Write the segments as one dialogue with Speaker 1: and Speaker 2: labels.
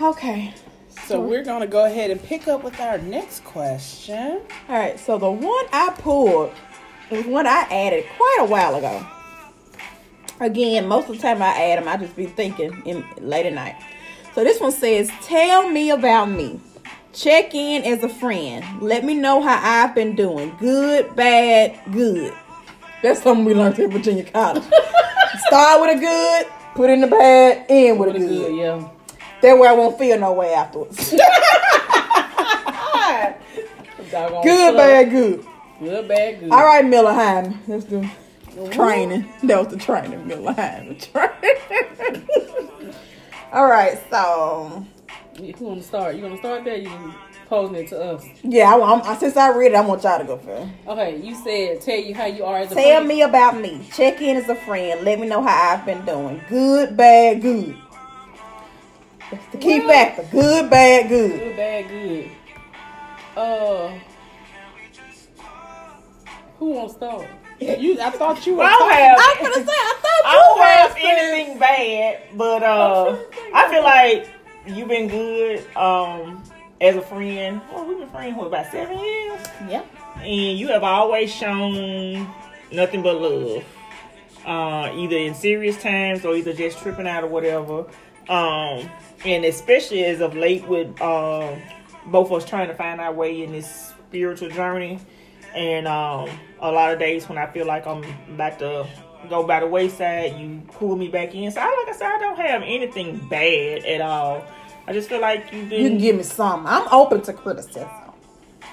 Speaker 1: Okay.
Speaker 2: So we're gonna go ahead and pick up with our next question.
Speaker 1: All right. So the one I pulled was one I added quite a while ago. Again, most of the time I add them, I just be thinking in late at night. So this one says, "Tell me about me. Check in as a friend. Let me know how I've been doing. Good, bad, good." That's something we learned at Virginia College. Start with a good, put in the bad, end with, a good.
Speaker 2: yeah.
Speaker 1: That way I won't feel no way afterwards. good, bad, good.
Speaker 2: Good, bad, good.
Speaker 1: All right, Miller Hyman. Let's do training. That was the training, Miller Hyman. Training. All right, so
Speaker 2: You wanna start? You wanna start there? You can posing it to us.
Speaker 1: yeah, I, want- I, since I read it, I want y'all to go first.
Speaker 2: Okay, you said tell you how you are as a
Speaker 1: Tell
Speaker 2: friend.
Speaker 1: me about me. Check in as a friend. Let me know how I've been doing. Good, bad, good. That's the key
Speaker 2: Well-
Speaker 1: factor. Good, bad, good.
Speaker 2: Good, bad, good. Uh, who wants to start? You, I thought you were.
Speaker 3: I don't have-
Speaker 1: I'm gonna say I
Speaker 3: I don't have
Speaker 1: thought you were.
Speaker 3: anything bad, but uh, I feel like you've been good um, as a friend. Well, we've been friends for about seven years,
Speaker 1: Yeah.
Speaker 3: and you have always shown nothing but love, uh, either in serious times or either just tripping out or whatever. Um, and especially as of late, with uh, both of us trying to find our way in this spiritual journey, and um, a lot of days when I feel like I'm about to go by the wayside, you pull me back in. So, I, like I said, I don't have anything bad at all. I just feel like you've been
Speaker 1: You can give me some. I'm open to criticism.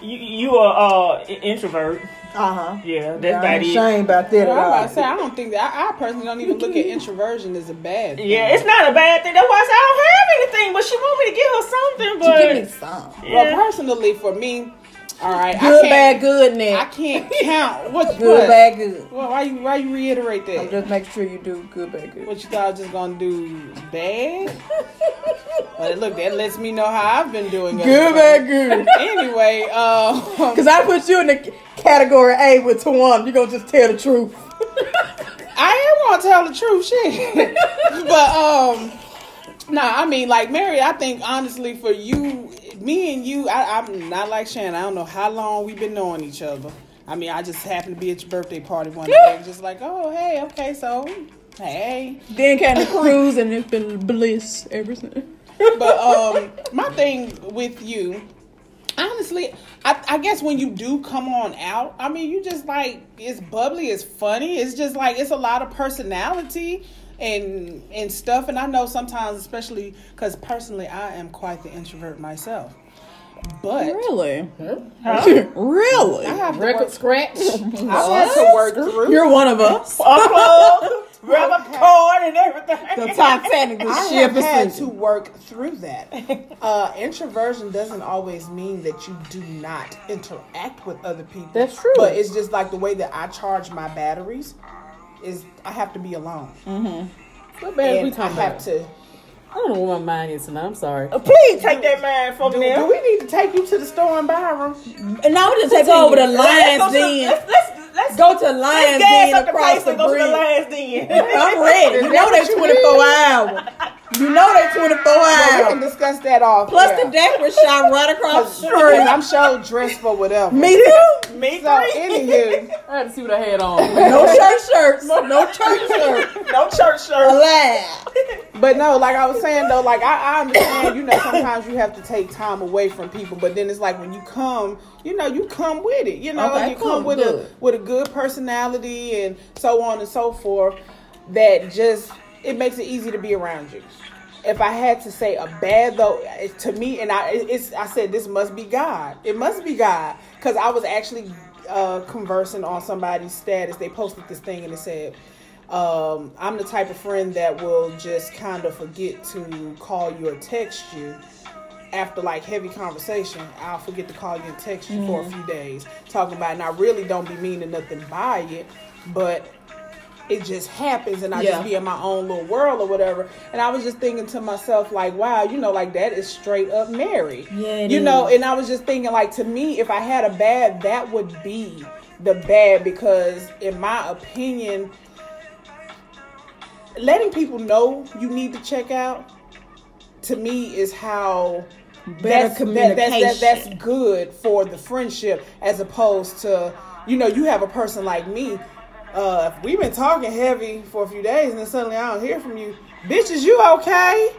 Speaker 3: you you are uh, i- introvert.
Speaker 1: Uh huh.
Speaker 3: Yeah, that's
Speaker 1: Yeah,
Speaker 3: about
Speaker 1: I'm
Speaker 3: it.
Speaker 1: ashamed about that at
Speaker 2: Well, I'm about
Speaker 1: all.
Speaker 2: to say, I don't think that. I, I personally don't even look at introversion as a bad. Thing.
Speaker 3: Yeah, it's not a bad thing. That's why I said I don't have anything. But she want me to give her
Speaker 1: Give
Speaker 3: something.
Speaker 1: me some.
Speaker 3: But
Speaker 2: Well,
Speaker 3: yeah.
Speaker 2: personally, for me, all right,
Speaker 1: Good,
Speaker 2: I
Speaker 1: bad,
Speaker 2: can't,
Speaker 1: good,
Speaker 2: I
Speaker 1: Nick.
Speaker 2: can't count. What?
Speaker 1: Good,
Speaker 2: what?
Speaker 1: bad, good.
Speaker 2: Well, why you why you reiterate
Speaker 1: I'm
Speaker 2: that?
Speaker 1: just making sure you do good, bad, good.
Speaker 2: what you thought I was just gonna do bad? But look, that lets me know how I've been doing.
Speaker 1: Good, bad, good.
Speaker 2: Anyway, um,
Speaker 1: Because I put you in the category A with Tawana. You're going to just tell the truth.
Speaker 2: I am gonna tell the truth, shit. but um, nah, I mean, like Mary, I think honestly for you, me and you, I, I'm not like Shannon. I don't know how long we've been knowing each other. I mean, I just happened to be at your birthday party one day, and just like, oh hey, okay, so hey.
Speaker 1: then came the cruise, and it's been bliss ever since.
Speaker 2: But um, my thing with you, honestly, I, I guess when you do come on out, I mean, you just like it's bubbly, it's funny, it's just like it's a lot of personality and and stuff. And I know sometimes, especially because personally, I am quite the introvert myself. But
Speaker 1: Really?
Speaker 3: Huh?
Speaker 2: I
Speaker 1: really?
Speaker 2: have to
Speaker 4: Record
Speaker 2: work,
Speaker 4: scratch.
Speaker 2: I've had to work through.
Speaker 1: You're one of us.
Speaker 3: Unplugged, rubber cord, and everything.
Speaker 1: The Titanic
Speaker 2: I
Speaker 1: was
Speaker 2: have
Speaker 1: ship
Speaker 2: had
Speaker 1: is
Speaker 2: to
Speaker 1: sinking.
Speaker 2: work through that. Uh, introversion doesn't always mean that you do not interact with other people.
Speaker 4: That's true.
Speaker 2: But it's just like the way that I charge my batteries is I have to be alone,
Speaker 4: What bad we
Speaker 2: and I
Speaker 4: talking
Speaker 2: have
Speaker 4: about?
Speaker 2: to.
Speaker 4: I don't know where my mind is tonight. I'm sorry.
Speaker 3: Please take that man from
Speaker 2: Do,
Speaker 3: me.
Speaker 2: do we need to take you to the store and buy them?
Speaker 1: And now we just take over the Lions Den.
Speaker 3: Let's, let's, let's
Speaker 1: Go to
Speaker 3: let's
Speaker 1: Lions
Speaker 3: gas
Speaker 1: Den
Speaker 3: up the
Speaker 1: across
Speaker 3: price
Speaker 1: the
Speaker 3: and go to the
Speaker 1: bridge.
Speaker 3: last den.
Speaker 1: I'm ready. You know they 24 hours. You know they 24
Speaker 2: Well, we can
Speaker 1: hours.
Speaker 2: discuss that off.
Speaker 1: Plus
Speaker 2: air.
Speaker 1: the deck was shot right across the
Speaker 2: Because
Speaker 1: street.
Speaker 2: I'm sure dressed for whatever.
Speaker 1: Me too.
Speaker 3: Me
Speaker 2: So
Speaker 3: three.
Speaker 2: anywho,
Speaker 4: I had to see what I had on.
Speaker 1: No church shirts. No church shirts.
Speaker 3: No church shirt.
Speaker 1: Alive.
Speaker 2: But no, like I was saying though, like I, I understand, you know, sometimes you have to take time away from people, but then it's like when you come, you know, you come with it, you know,
Speaker 1: Okay,
Speaker 2: and you
Speaker 1: cool,
Speaker 2: come with
Speaker 1: good.
Speaker 2: a with a good personality and so on and so forth. That just it makes it easy to be around you. If I had to say a bad though, it, to me, and I, it- it's I said this must be God. It must be God because I was actually uh, conversing on somebody's status. They posted this thing and it said um, I'm the type of friend that will just kind of forget to call you or text you after like heavy conversation. I'll forget to call you and text you for a few days, talking about, it. and I really don't be meaning nothing by it, but it just happens, and I
Speaker 1: Yeah.
Speaker 2: just be in my own little world or whatever. And I was just thinking to myself, like, wow, you know, like that is straight up married.
Speaker 1: Yeah, it
Speaker 2: you know,
Speaker 1: is.
Speaker 2: and I was just thinking, like, to me, if I had a bad, that would be the bad because, in my opinion, letting people know you need to check out to me is how
Speaker 1: Better
Speaker 2: that's, that- that's, that, that's
Speaker 1: communication.
Speaker 2: good for the friendship as opposed to you know you have a person like me. Uh, if we've been talking heavy for a few days and then suddenly I don't hear from you. Bitch, is you okay?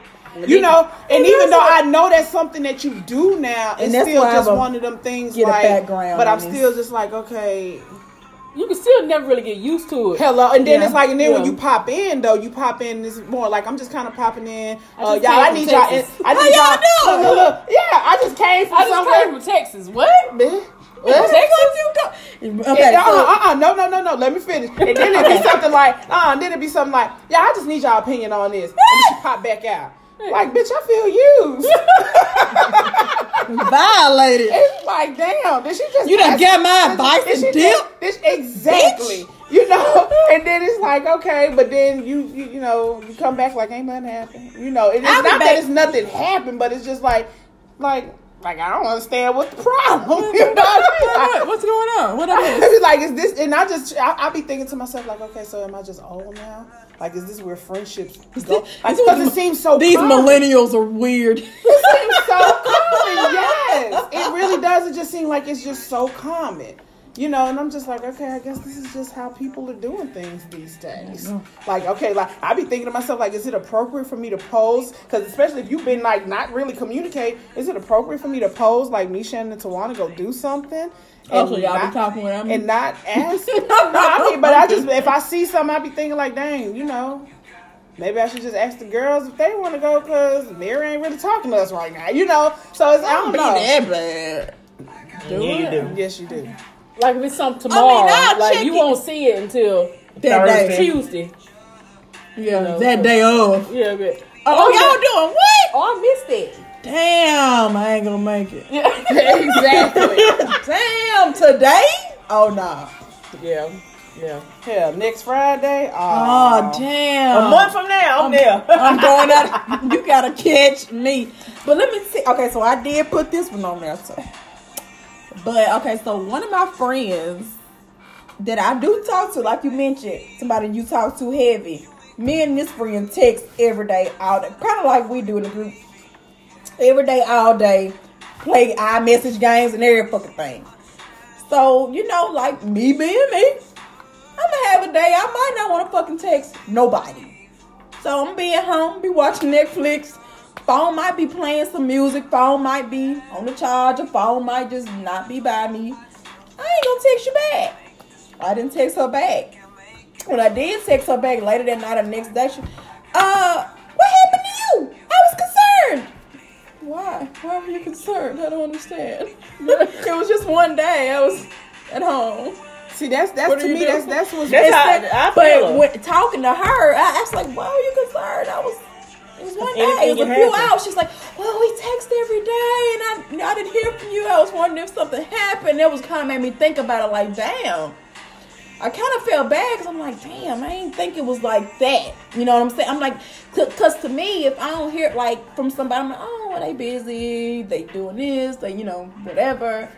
Speaker 2: You know, and even
Speaker 1: that's
Speaker 2: though
Speaker 1: what-
Speaker 2: I know that's something that you do now, it's
Speaker 1: that's
Speaker 2: still
Speaker 1: why
Speaker 2: just
Speaker 1: I'ma
Speaker 2: one of them things
Speaker 1: get a
Speaker 2: like.
Speaker 1: background
Speaker 2: but
Speaker 1: on
Speaker 2: I'm
Speaker 1: this.
Speaker 2: still just like, okay,
Speaker 4: You can still never really get used to it.
Speaker 2: Hello, and then
Speaker 1: Yeah.
Speaker 2: it's like, and then when
Speaker 4: Yeah.
Speaker 2: you pop in though, you pop in this more like I'm just kind of popping in.
Speaker 4: I
Speaker 2: Uh,
Speaker 4: just
Speaker 2: y'all,
Speaker 4: came
Speaker 2: I
Speaker 4: from
Speaker 2: need y'all. In,
Speaker 4: Texas.
Speaker 2: I
Speaker 1: How
Speaker 2: need
Speaker 1: y'all
Speaker 2: Look, look, look. Yeah, I just came from
Speaker 4: I just
Speaker 2: somewhere.
Speaker 4: came from Texas. What?
Speaker 2: Man,
Speaker 1: What
Speaker 2: what?
Speaker 1: you do? Okay,
Speaker 2: And, uh,
Speaker 1: so-
Speaker 2: uh, uh, no, no, no, no. Let me finish. And then it'd be something like, uh, and then it'd be something like, yeah, I just need y'all opinion on this. And then she pop back out. Like, bitch, I feel used.
Speaker 1: violated.
Speaker 2: It's like, damn, did she just?
Speaker 1: You done
Speaker 2: ask-
Speaker 1: got my advice
Speaker 2: Did
Speaker 1: and
Speaker 2: she just-
Speaker 1: dip?
Speaker 2: This exactly. You know, and then it's like, okay, but then you, you, you know, you come back like ain't nothing happened. You know, and it's
Speaker 1: I'll be
Speaker 2: not
Speaker 1: back-
Speaker 2: that it's nothing happened, but it's just like, like, like I don't understand what's the problem. You know what I mean? Like,
Speaker 4: What's going on? What I missed?
Speaker 2: it'd be like, is this? And I just, I, I be thinking to myself, like, okay, so am I just old now? Like, is this where friendships go? Like,
Speaker 1: this
Speaker 2: because
Speaker 1: what
Speaker 2: it seems so
Speaker 1: These
Speaker 2: common
Speaker 1: millennials are weird.
Speaker 2: seems so common. Yes, it really does. It just seems like it's just so common. You know, and I'm just like, okay, I guess this is just how people are doing things these days. Like, okay, like I be thinking to myself, like, is it appropriate for me to pose? Because especially if you've been like not really communicate, is it appropriate for me to pose like me, Shannon, and Tawana go do something?
Speaker 1: Oh,
Speaker 2: And
Speaker 1: so y'all be
Speaker 2: not-
Speaker 1: talking when I'm-
Speaker 2: and not ask. no, I mean, but I just if I see something, I be thinking like, dang, you know, Maybe I should just ask the girls if they want to go because Mary ain't really talking to us right now, you know? So it's, I don't know.
Speaker 1: bad.
Speaker 3: Yeah, you do.
Speaker 2: Yes, you do.
Speaker 4: Like if it's something tomorrow,
Speaker 1: I'll
Speaker 4: like
Speaker 1: check
Speaker 4: you
Speaker 1: it.
Speaker 4: won't see it until
Speaker 1: That
Speaker 3: Thursday.
Speaker 1: day.
Speaker 4: Tuesday.
Speaker 1: Yeah,
Speaker 4: know,
Speaker 1: that
Speaker 4: so-
Speaker 1: day off.
Speaker 4: Yeah, but
Speaker 1: Oh, y'all doing what?
Speaker 4: Oh, I missed it.
Speaker 1: Damn, I ain't gonna make it.
Speaker 2: exactly.
Speaker 1: Damn, today? Oh, nah.
Speaker 4: Yeah, yeah.
Speaker 2: Hell, next Friday?
Speaker 1: Oh,
Speaker 2: Oh,
Speaker 1: damn.
Speaker 3: A month from now,
Speaker 1: Um,
Speaker 3: I'm there.
Speaker 1: I'm going out. You gotta catch me. But let me see. Okay, so I did put this one on there. So. But okay, so one of my friends that I do talk to, like you mentioned, somebody you talk to heavy. Me and this friend text every day, all day, kind of like we do in the group. Every day, all day, play iMessage games and every fucking thing. So you know, like me being me, I'ma have a day I might not want to fucking text nobody. So I'm be at home, be watching Netflix. Phone might be playing some music. Phone might be on the charger. Phone might just not be by me. I ain't gonna text you back. I didn't text her back. When I did text her back later that night or the next day, she, uh, what happened to you? I was concerned. Why? Why were you concerned? I don't understand. it was just one day. I was at home.
Speaker 2: See, that's, that's
Speaker 1: What
Speaker 2: to
Speaker 1: do you
Speaker 2: me,
Speaker 1: do?
Speaker 2: that's, that's what's
Speaker 3: That's
Speaker 2: best.
Speaker 3: how-
Speaker 1: Except-
Speaker 3: I feel
Speaker 1: but
Speaker 3: her.
Speaker 1: when, talking to her, I asked like, "Why were you concerned?" I was. It was one day. It
Speaker 3: Anything
Speaker 1: was a
Speaker 3: can
Speaker 1: few
Speaker 3: happen.
Speaker 1: hours. She's like, "Well, we text every day, and I, you know, I didn't hear from you. I was wondering if something happened." That was kind of made me think about it. Like, damn. I kind of felt bad because I'm like, damn, I didn't think it was like that. You know what I'm saying? I'm like, because to me, if I don't hear it like from somebody, I'm like, oh, well, they busy, they doing this, they, you know, whatever.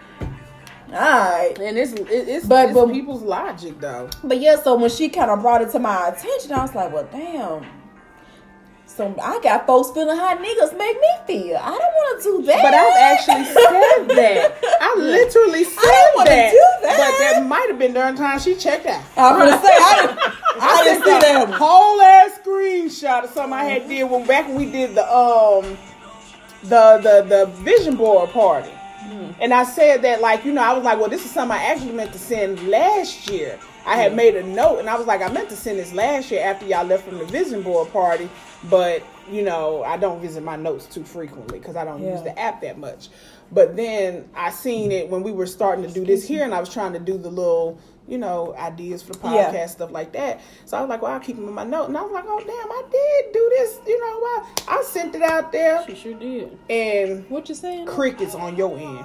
Speaker 1: All right.
Speaker 2: And it's, it- it's,
Speaker 1: But-
Speaker 2: it's
Speaker 1: but-
Speaker 2: people's logic, though.
Speaker 1: But yeah, so when she kind of brought it to my attention, I was like, well, damn. So I got folks feeling how niggas make me feel. I don't want to do that.
Speaker 2: But I've actually said that. I literally said
Speaker 1: wanna
Speaker 2: that.
Speaker 1: do that.
Speaker 2: But that might have been during the time she checked out.
Speaker 1: I'm gonna say I didn't, I didn't see that. one.
Speaker 2: whole ass screenshot of something I had did when back when we did the um the the the vision board party.
Speaker 1: Hmm.
Speaker 2: And I said that like, you know, I was like, well, this is something I actually meant to send last year. I
Speaker 1: Hmm.
Speaker 2: had made a note and I was like, I meant to send this last year after y'all left from the vision board party, but you know, I don't visit my notes too frequently because I don't use
Speaker 1: Yeah.
Speaker 2: the app that much. But then I seen it when we were starting to do this here and I was trying to do the little, you know, ideas for the podcast
Speaker 1: Yeah.
Speaker 2: stuff like that. So I was like, well, I'll keep them in my note. And I was like, oh, damn, I did do this. You know what? I sent it out there
Speaker 4: You sure did.
Speaker 2: and
Speaker 4: What you saying?
Speaker 2: crickets on your end.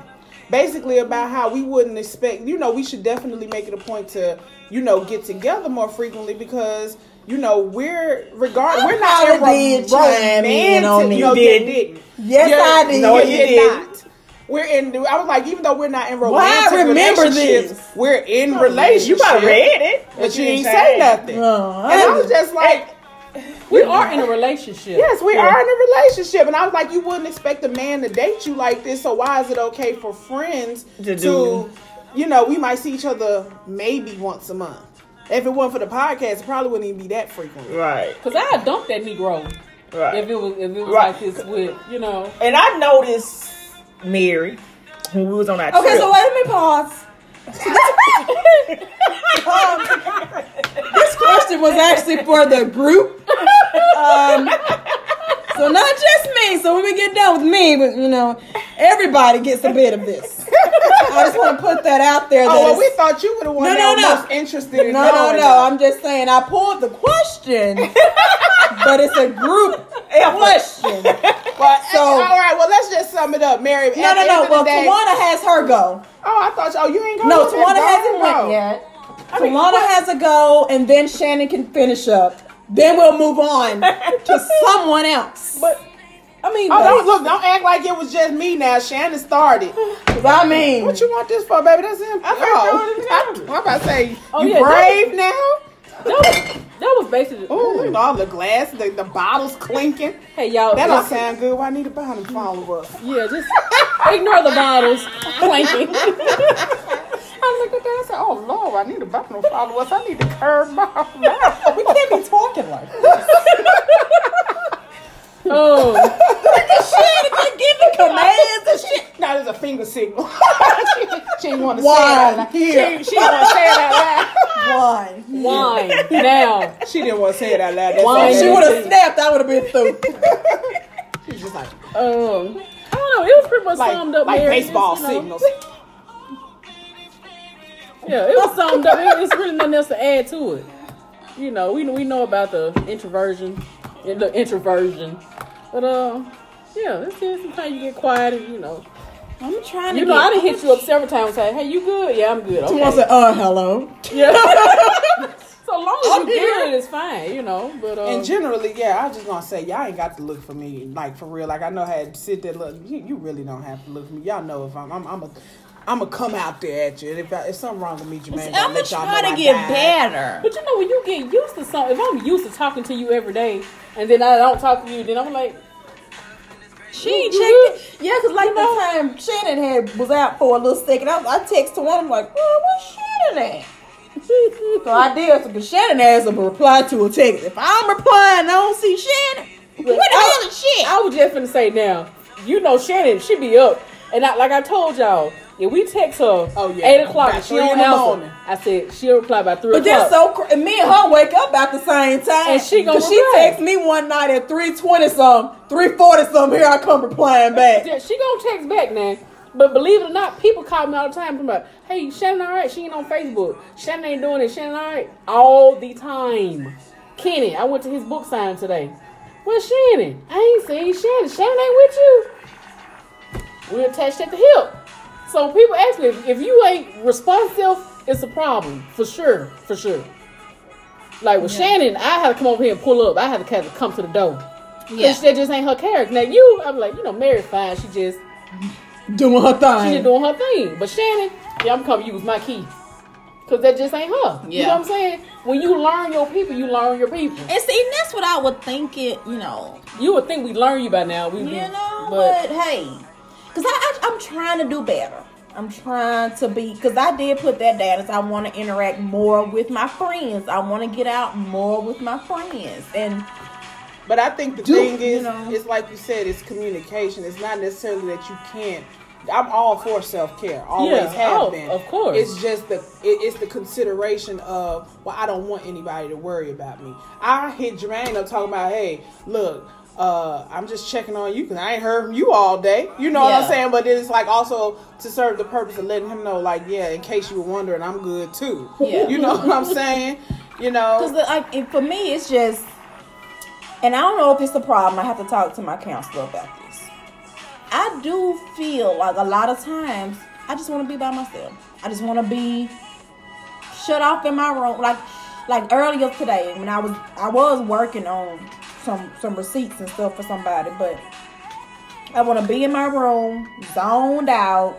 Speaker 2: Basically, about how we wouldn't expect, you know, we should definitely make it a point to, you know, get together more frequently because, you know, we're regard we're not
Speaker 1: probably did chime in on it.
Speaker 2: romantic- No,
Speaker 3: You
Speaker 2: you
Speaker 3: didn't.
Speaker 2: didn't.
Speaker 1: Yes, I did.
Speaker 2: No,
Speaker 1: You
Speaker 2: you
Speaker 1: did.
Speaker 2: did not. We're in. I was like, even though we're not in romantic
Speaker 1: remember
Speaker 2: relationships,
Speaker 1: this?
Speaker 2: we're in relationships.
Speaker 3: You might read it,
Speaker 2: But you ain't say nothing.
Speaker 1: Uh,
Speaker 2: And I was just like,
Speaker 4: We are in a relationship.
Speaker 2: Yes, we are in a relationship, and I was like, you wouldn't expect a man to date you like this. So why is it okay for friends
Speaker 3: To
Speaker 2: to,
Speaker 3: do.
Speaker 2: you know, we might see each other maybe once a month. If it wasn't for the podcast, it probably wouldn't even be that frequent.
Speaker 3: Right.
Speaker 4: Cause I dumped that Negro
Speaker 3: Right.
Speaker 4: if it was if it was
Speaker 3: Right.
Speaker 4: like this with you know.
Speaker 3: And I noticed Mary when we was on our trip.
Speaker 1: Okay, so wait a minute, pause. um, this question was actually for the group. Um, so not just me. So when we get done with me, but you know, everybody gets a bit of this. I just want to put that out there. that
Speaker 2: Oh,
Speaker 1: it's-
Speaker 2: well, we thought you were the one
Speaker 1: No,
Speaker 2: that
Speaker 1: no,
Speaker 2: was
Speaker 1: no.
Speaker 2: most interested in
Speaker 1: no, no,
Speaker 2: knowing.
Speaker 1: no. I'm just saying I pulled the question, but it's a group question.
Speaker 2: Well,
Speaker 1: So-
Speaker 2: all right, well, let's just sum it up, Mary.
Speaker 1: No, no, no. Well, Tawana has her go.
Speaker 2: Oh, I thought. Oh, you ain't going.
Speaker 1: No,
Speaker 2: to
Speaker 1: Tawana
Speaker 2: that
Speaker 1: hasn't went
Speaker 2: bar, no.
Speaker 1: yet. Tawana has a goal, and then Shannon can finish up. Then we'll move on to someone else.
Speaker 2: But
Speaker 1: I mean,
Speaker 2: oh, don't look. Don't act like it was just me. Now Shannon started.
Speaker 1: because I mean,
Speaker 2: What you want this for, baby? That's him.
Speaker 3: Oh.
Speaker 2: I'm about to say,
Speaker 4: Oh,
Speaker 2: you
Speaker 4: yeah,
Speaker 2: brave now?
Speaker 4: That was, that was basically.
Speaker 2: Ooh, look at all the glass, the, the bottles clinking.
Speaker 4: Hey y'all.
Speaker 2: That don't
Speaker 4: just-
Speaker 2: sound good. Why need a bottle follow up?
Speaker 4: yeah, just ignore the bottles clanking.
Speaker 2: I looked at that. I said, oh, Lord, I need a bottle follow up. I need to curb my mouth.
Speaker 1: we can't be talking like that.
Speaker 4: Oh,
Speaker 1: Shannon can give the commands and shit.
Speaker 2: now there's a finger signal. she, she didn't want to say it out
Speaker 1: One
Speaker 2: loud.
Speaker 1: here,
Speaker 2: She didn't want to say it out loud.
Speaker 1: one here.
Speaker 4: wine now.
Speaker 2: She didn't want to say it out loud. That's
Speaker 4: Wine.
Speaker 2: all
Speaker 1: If she
Speaker 2: that
Speaker 1: would have snapped, I would have been through.
Speaker 2: is. She's just like,
Speaker 4: Um, I don't know. It was pretty much
Speaker 2: like,
Speaker 4: summed up.
Speaker 2: like
Speaker 4: Mary. It's,
Speaker 2: baseball
Speaker 4: you know,
Speaker 2: signals.
Speaker 4: Yeah, it was summed up. It, it's really nothing else to add to it. You know, we we know about the introversion, in- the introversion, but uh, yeah, that's it. Sometimes you get quiet and you know,
Speaker 1: I'm trying
Speaker 4: you know, I done hit you up several times. Say, hey, you good? Yeah, I'm good.
Speaker 1: Tawana
Speaker 4: Okay.
Speaker 1: said, "Uh, hello."
Speaker 4: So long as you
Speaker 1: I'm here.
Speaker 4: good, it's fine. You know, but uh,
Speaker 2: And generally, yeah, I was just gonna say y'all ain't got to look for me, like for real. Like I know how to sit there look. You, you really don't have to look for me. Y'all know if I'm, I'm, I'm a, I'm a come out there at you. And if I, if something wrong with me, Jermaine, gonna
Speaker 1: I'm
Speaker 2: let y'all know
Speaker 1: trying
Speaker 2: I
Speaker 1: to get
Speaker 2: died.
Speaker 1: better.
Speaker 4: but you know, when you get used to something, if I'm used to talking to you every day, and then I don't talk to you, then I'm like,
Speaker 1: She ain't checked it. Yeah, because like the time Shannon had was out for a little second, I, I text to one, I'm like, well, where's Shannon at? so I did, because Shannon asked him to reply to a text. If I'm replying, I don't see Shannon. Where the
Speaker 4: I-
Speaker 1: hell is shit?
Speaker 4: I was just gonna say now, you know Shannon, she be up. And I, like I told y'all, if we text her
Speaker 2: Oh, yeah.
Speaker 4: 8 o'clock
Speaker 2: By
Speaker 4: and she
Speaker 2: three
Speaker 4: don't
Speaker 2: in the
Speaker 4: answer,
Speaker 2: morning.
Speaker 4: I said she'll reply by 3
Speaker 1: But
Speaker 4: o'clock.
Speaker 1: that's so. Cr- and me and her wake up about the same time.
Speaker 4: And she gonna
Speaker 1: 'Cause she
Speaker 4: reply.
Speaker 1: texted me one night at three twenty some, three forty some. Here I come replying back.
Speaker 4: Yeah, she gonna text back now. But believe it or not, people call me all the time talking about, hey, Shannon alright, she ain't on Facebook. Shannon ain't doing it, Shannon alright. All the time. Kenny, I went to his book signing today. Where's Shannon? I ain't seen Shannon. Shannon ain't with you. We're attached at the hip. So people ask me, if, if you ain't responsive, it's a problem. For sure. For sure. Like with Shannon, I had to come over here and pull up. I had to kind of come to the door. Cause that just ain't her character. Now you, I'm like, you know, Mary fine. She just
Speaker 1: Doing her
Speaker 4: she just
Speaker 1: thing.
Speaker 4: doing her thing. But Shannon, yeah, I'm coming. to Use my key. Cause that just ain't her. You
Speaker 1: Yeah.
Speaker 4: know what I'm saying? When you learn your people, you learn your people.
Speaker 1: And see, and that's what I would think it. You know,
Speaker 4: You would think we learn you by now. We,
Speaker 1: You
Speaker 4: would,
Speaker 1: know,
Speaker 4: but
Speaker 1: but, hey, because I, I I'm trying to do better. I'm trying to be because I did put that down as I want to interact more with my friends. I want to get out more with my friends, and
Speaker 2: But I think the
Speaker 1: Do-
Speaker 2: thing is,
Speaker 1: you know.
Speaker 2: it's like you said, it's communication. It's not necessarily that you can't. I'm all for self care. Always
Speaker 4: Yeah,
Speaker 2: have
Speaker 4: oh,
Speaker 2: been.
Speaker 4: of course.
Speaker 2: It's just the it, it's the consideration of well, I don't want anybody to worry about me. I hit Jermaine up talking about, hey, look. Uh, I'm just checking on you because I ain't heard from you all day. You know what
Speaker 1: Yeah.
Speaker 2: I'm saying? But then it's like also to serve the purpose of letting him know, like, yeah, in case you were wondering, I'm good too.
Speaker 1: Yeah.
Speaker 2: You know what I'm saying? You know,
Speaker 1: because like it- for me, it's just, and I don't know if it's a problem. I have to talk to my counselor about this. I do feel like a lot of times I just want to be by myself. I just want to be shut off in my room. Like like earlier today when I was I was working on some some receipts and stuff for somebody, but I want to be in my room, zoned out,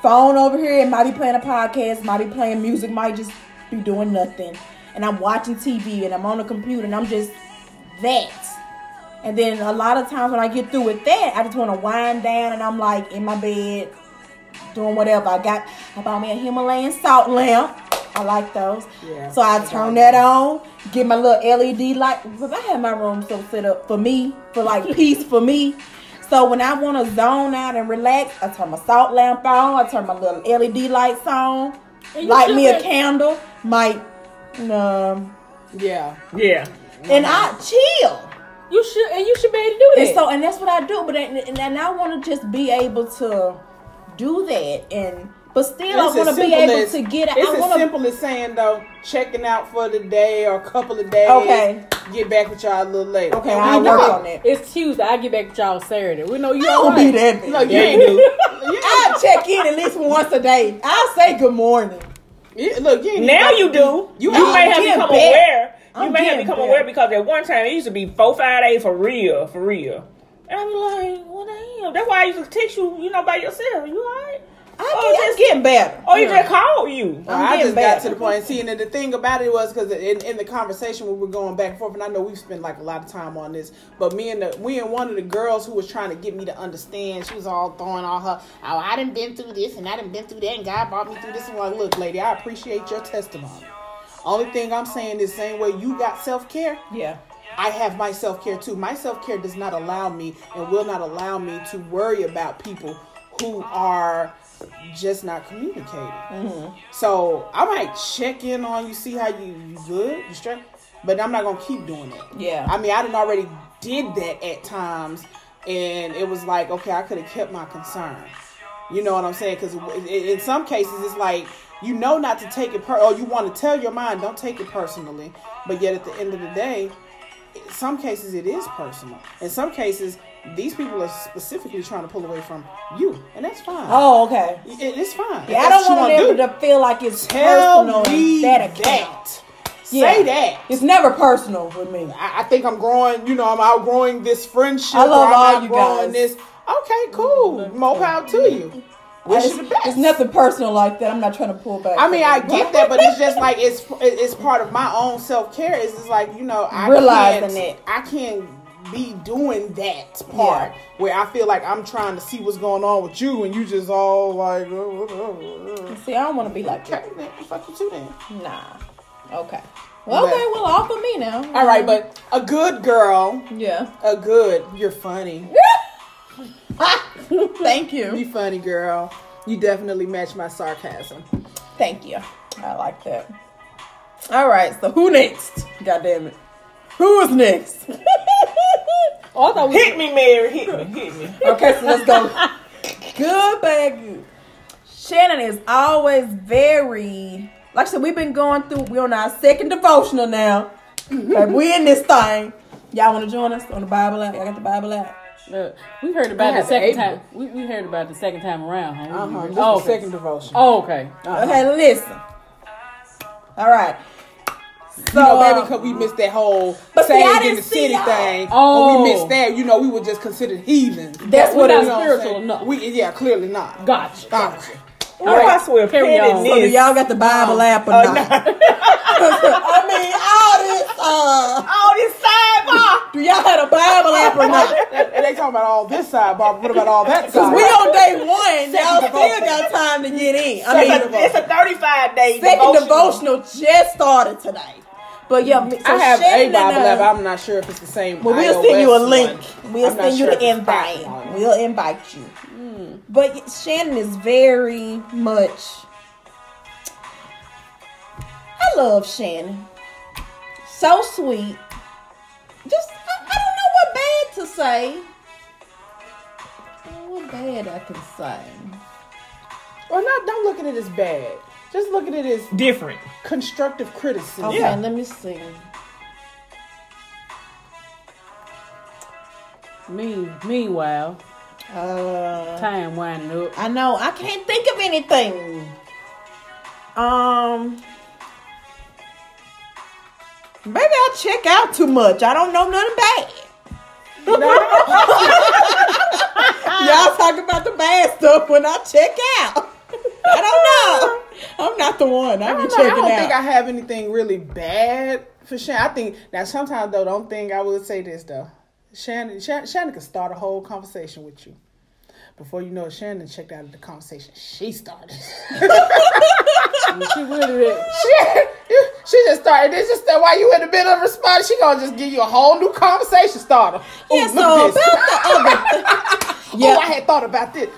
Speaker 1: phone over here. It might be playing a podcast, might be playing music, might just be doing nothing. And I'm watching TV and I'm on the computer and I'm just that. And then a lot of times when I get through with that, I just want to wind down and I'm like in my bed doing whatever. I got I bought me a Himalayan salt lamp. I like those.
Speaker 2: Yeah,
Speaker 1: so I
Speaker 2: I
Speaker 1: turn
Speaker 2: got
Speaker 1: that on, get my little LED light. Because I have my room so set up for me, for like peace for me. So when I want to zone out and relax, I turn my salt lamp on. I turn my little LED lights on.
Speaker 4: And you
Speaker 1: Light me a
Speaker 4: shouldn't-
Speaker 1: candle. Might, um,
Speaker 2: Yeah.
Speaker 3: Yeah.
Speaker 1: and I chill.
Speaker 4: You should and you should be able to do that.
Speaker 1: And so, and that's what I do. But and, and- and I want to just be able to do that, and but still,
Speaker 2: It's
Speaker 1: I want
Speaker 2: as
Speaker 1: to be
Speaker 2: simple
Speaker 1: able
Speaker 2: as-
Speaker 1: to get.
Speaker 2: It's
Speaker 1: I
Speaker 2: as
Speaker 1: want to.
Speaker 2: simple as saying though, checking out for the day or a couple of days.
Speaker 1: Okay.
Speaker 2: Get back with y'all a little later.
Speaker 1: Okay,
Speaker 2: And we
Speaker 1: I'll
Speaker 2: know
Speaker 1: work
Speaker 2: it.
Speaker 1: on that.
Speaker 4: it's Tuesday. I get back with y'all Saturday. We know you
Speaker 1: I don't
Speaker 4: alright.
Speaker 1: be that.
Speaker 2: No,
Speaker 1: bad.
Speaker 2: you ain't do.
Speaker 1: I check in at least once a day. I say good morning.
Speaker 2: Yeah, look, you ain't
Speaker 3: Now
Speaker 2: even-
Speaker 3: you do. You,
Speaker 2: You
Speaker 1: I'm
Speaker 3: may have
Speaker 1: getting
Speaker 3: become
Speaker 1: bad.
Speaker 3: aware. You
Speaker 1: I'm
Speaker 3: may have
Speaker 1: getting
Speaker 3: become
Speaker 1: bad.
Speaker 3: aware because at one time it used to be four, five days for real, for real. And I'm like, what the hell? That's why I used to text you, you know, by yourself. You alright?
Speaker 1: I,
Speaker 3: Oh,
Speaker 1: get- I'm
Speaker 3: just-
Speaker 1: getting better.
Speaker 2: oh.
Speaker 3: Or you just called you.
Speaker 1: I'm
Speaker 2: I
Speaker 1: getting
Speaker 2: just
Speaker 1: better.
Speaker 2: got to the point. See, and the thing about it was because in, in the conversation we were going back and forth, and I know we've spent like a lot of time on this, but me and the we and one of the girls who was trying to get me to understand, she was all throwing all her, oh, I done been through this and I done been through that, and God brought me through this. I'm like, look, lady, I appreciate your testimony. Only thing I'm saying is same way you got self care,
Speaker 1: Yeah.
Speaker 2: I have my self care too. My self care does not allow me and will not allow me to worry about people who are just not communicating. So I might check in on you, see how you you good, you straight, but I'm not gonna keep doing that.
Speaker 1: Yeah.
Speaker 2: I mean, I didn't already did that at times, and it was like, okay, I could have kept my concern. You know what I'm saying? Because in some cases, it's like you know not to take it per, or you want to tell your mind, don't take it personally. But yet, at the end of the day, in some cases it is personal. In some cases, these people are specifically trying to pull away from you, and that's fine.
Speaker 1: Oh, okay.
Speaker 2: It- it's fine.
Speaker 1: Yeah, I
Speaker 2: That's
Speaker 1: don't
Speaker 2: what
Speaker 1: want
Speaker 2: you
Speaker 1: them
Speaker 2: wanna
Speaker 1: to feel like it's
Speaker 2: Tell
Speaker 1: personal.
Speaker 2: me
Speaker 1: in that account.
Speaker 2: that.
Speaker 1: Yeah.
Speaker 2: Say that.
Speaker 1: It's never personal with me.
Speaker 2: I, I think I'm growing, you know, I'm outgrowing this friendship.
Speaker 1: I love
Speaker 2: or
Speaker 1: all
Speaker 2: I'm
Speaker 1: you guys.
Speaker 2: outgrowing This. Okay, cool. More power to you. Wish
Speaker 1: It's,
Speaker 2: you the best.
Speaker 1: it's nothing personal like that. I'm not trying to pull back.
Speaker 2: I mean, I get that, but it's just like it's it- it's part of my own self care. It's just like you know, I
Speaker 1: Realizing
Speaker 2: can't,
Speaker 1: it.
Speaker 2: I can't be doing that part where I feel like I'm trying to see what's going on with you, and you just all like, uh, uh, uh, uh.
Speaker 1: See, I don't want to be like that.
Speaker 2: okay, then fuck you too then.
Speaker 4: Mm-hmm.
Speaker 1: Nah. Okay. Well, okay. Well, all for me now. Um,
Speaker 2: All right, but a good girl,
Speaker 1: yeah.
Speaker 2: a good. You're funny.
Speaker 1: Thank you.
Speaker 2: You funny girl. You definitely match my sarcasm.
Speaker 1: Thank you. I like that. All right. So who next? God damn it. Who's next?
Speaker 4: Oh, I thought we
Speaker 3: Hit me, Mary. Hit me. Hit me.
Speaker 1: okay, so let's go. Good, bad, good. Shannon is always very, like I said, we've been going through, we're on our second devotional now. like, we in this thing. Y'all want to join us on the Bible app? Y'all got the Bible app?
Speaker 4: Look, we heard about
Speaker 2: I
Speaker 4: it the
Speaker 2: have
Speaker 4: second
Speaker 2: April.
Speaker 4: time. We, we heard about it the second time around. Huh?
Speaker 2: Uh
Speaker 1: Uh-huh.
Speaker 2: huh. This
Speaker 4: oh,
Speaker 2: oh,
Speaker 4: okay.
Speaker 2: second devotion.
Speaker 4: Oh, okay.
Speaker 1: Okay, listen. All right. So,
Speaker 2: You know, maybe
Speaker 1: uh,
Speaker 2: because we missed that whole
Speaker 1: But see, I
Speaker 2: saved in
Speaker 1: didn't
Speaker 2: the
Speaker 1: see
Speaker 2: city
Speaker 1: y'all.
Speaker 2: thing.
Speaker 4: Oh.
Speaker 2: When we missed that, you know, we were just considered heathens.
Speaker 1: That's
Speaker 4: We're
Speaker 1: what it
Speaker 4: not
Speaker 1: is.
Speaker 2: You know what I'm
Speaker 4: spiritual
Speaker 2: saying?
Speaker 4: enough.
Speaker 2: We, yeah, clearly not.
Speaker 4: Gotcha.
Speaker 1: uh,
Speaker 2: Gotcha.
Speaker 3: What if I swear
Speaker 4: Carry on.
Speaker 3: pettiness?
Speaker 4: So
Speaker 1: So do y'all got the Bible
Speaker 2: Oh.
Speaker 1: app or not? I mean, all this. Uh,
Speaker 3: All Oh, this sidebar.
Speaker 1: do y'all have a Bible app or not?
Speaker 2: and they talking about all this side, Barbara. What about all that
Speaker 1: Cause
Speaker 2: side?
Speaker 1: we on day one. Y'all still got time to get in. I mean,
Speaker 3: It's a, it's a 35 day
Speaker 1: second devotional just started today. But yeah, me- so
Speaker 2: I have
Speaker 1: Shannon
Speaker 2: a
Speaker 1: and
Speaker 2: Bible
Speaker 1: I-
Speaker 2: app. I'm not sure if it's the same.
Speaker 1: Well, we'll
Speaker 2: iOS
Speaker 1: send you a
Speaker 2: one.
Speaker 1: link. We'll
Speaker 2: I'm not
Speaker 1: send you
Speaker 2: sure
Speaker 1: the
Speaker 2: if it's that
Speaker 1: invite. Hmm.
Speaker 2: one.
Speaker 1: We'll invite you. But Shannon is very much. I love Shannon. So sweet. Just I, I don't know what bad to say. What bad I can say?
Speaker 2: Well, not don't look at it as bad. Just look at it as
Speaker 3: Different.
Speaker 2: constructive criticism.
Speaker 1: Okay,
Speaker 3: Yeah.
Speaker 1: let me see.
Speaker 4: Mean, meanwhile,
Speaker 1: Uh,
Speaker 4: time winding up.
Speaker 1: I know. I can't think of anything. Um, maybe I check out too much. I don't know nothing bad.
Speaker 2: Ah.
Speaker 1: Y'all talk about the bad stuff when I check out. I don't know. I'm not the one. I
Speaker 2: I
Speaker 1: be
Speaker 2: don't, know. I
Speaker 1: checking
Speaker 2: don't think I
Speaker 1: out.
Speaker 2: have anything really bad. for Shannon. I think now sometimes though, don't think I would say this though. Shannon, Shannon, Shannon can start a whole conversation with you. Before you know it, Shannon checked out of the conversation she started.
Speaker 4: She will do that.
Speaker 2: she, she just started. This just that while you in the middle of response, she gonna just give you a whole new conversation starter. Ooh,
Speaker 1: Yeah,
Speaker 2: Oh, look
Speaker 1: so
Speaker 2: at this.
Speaker 1: Yeah.
Speaker 2: Oh, I had thought about this.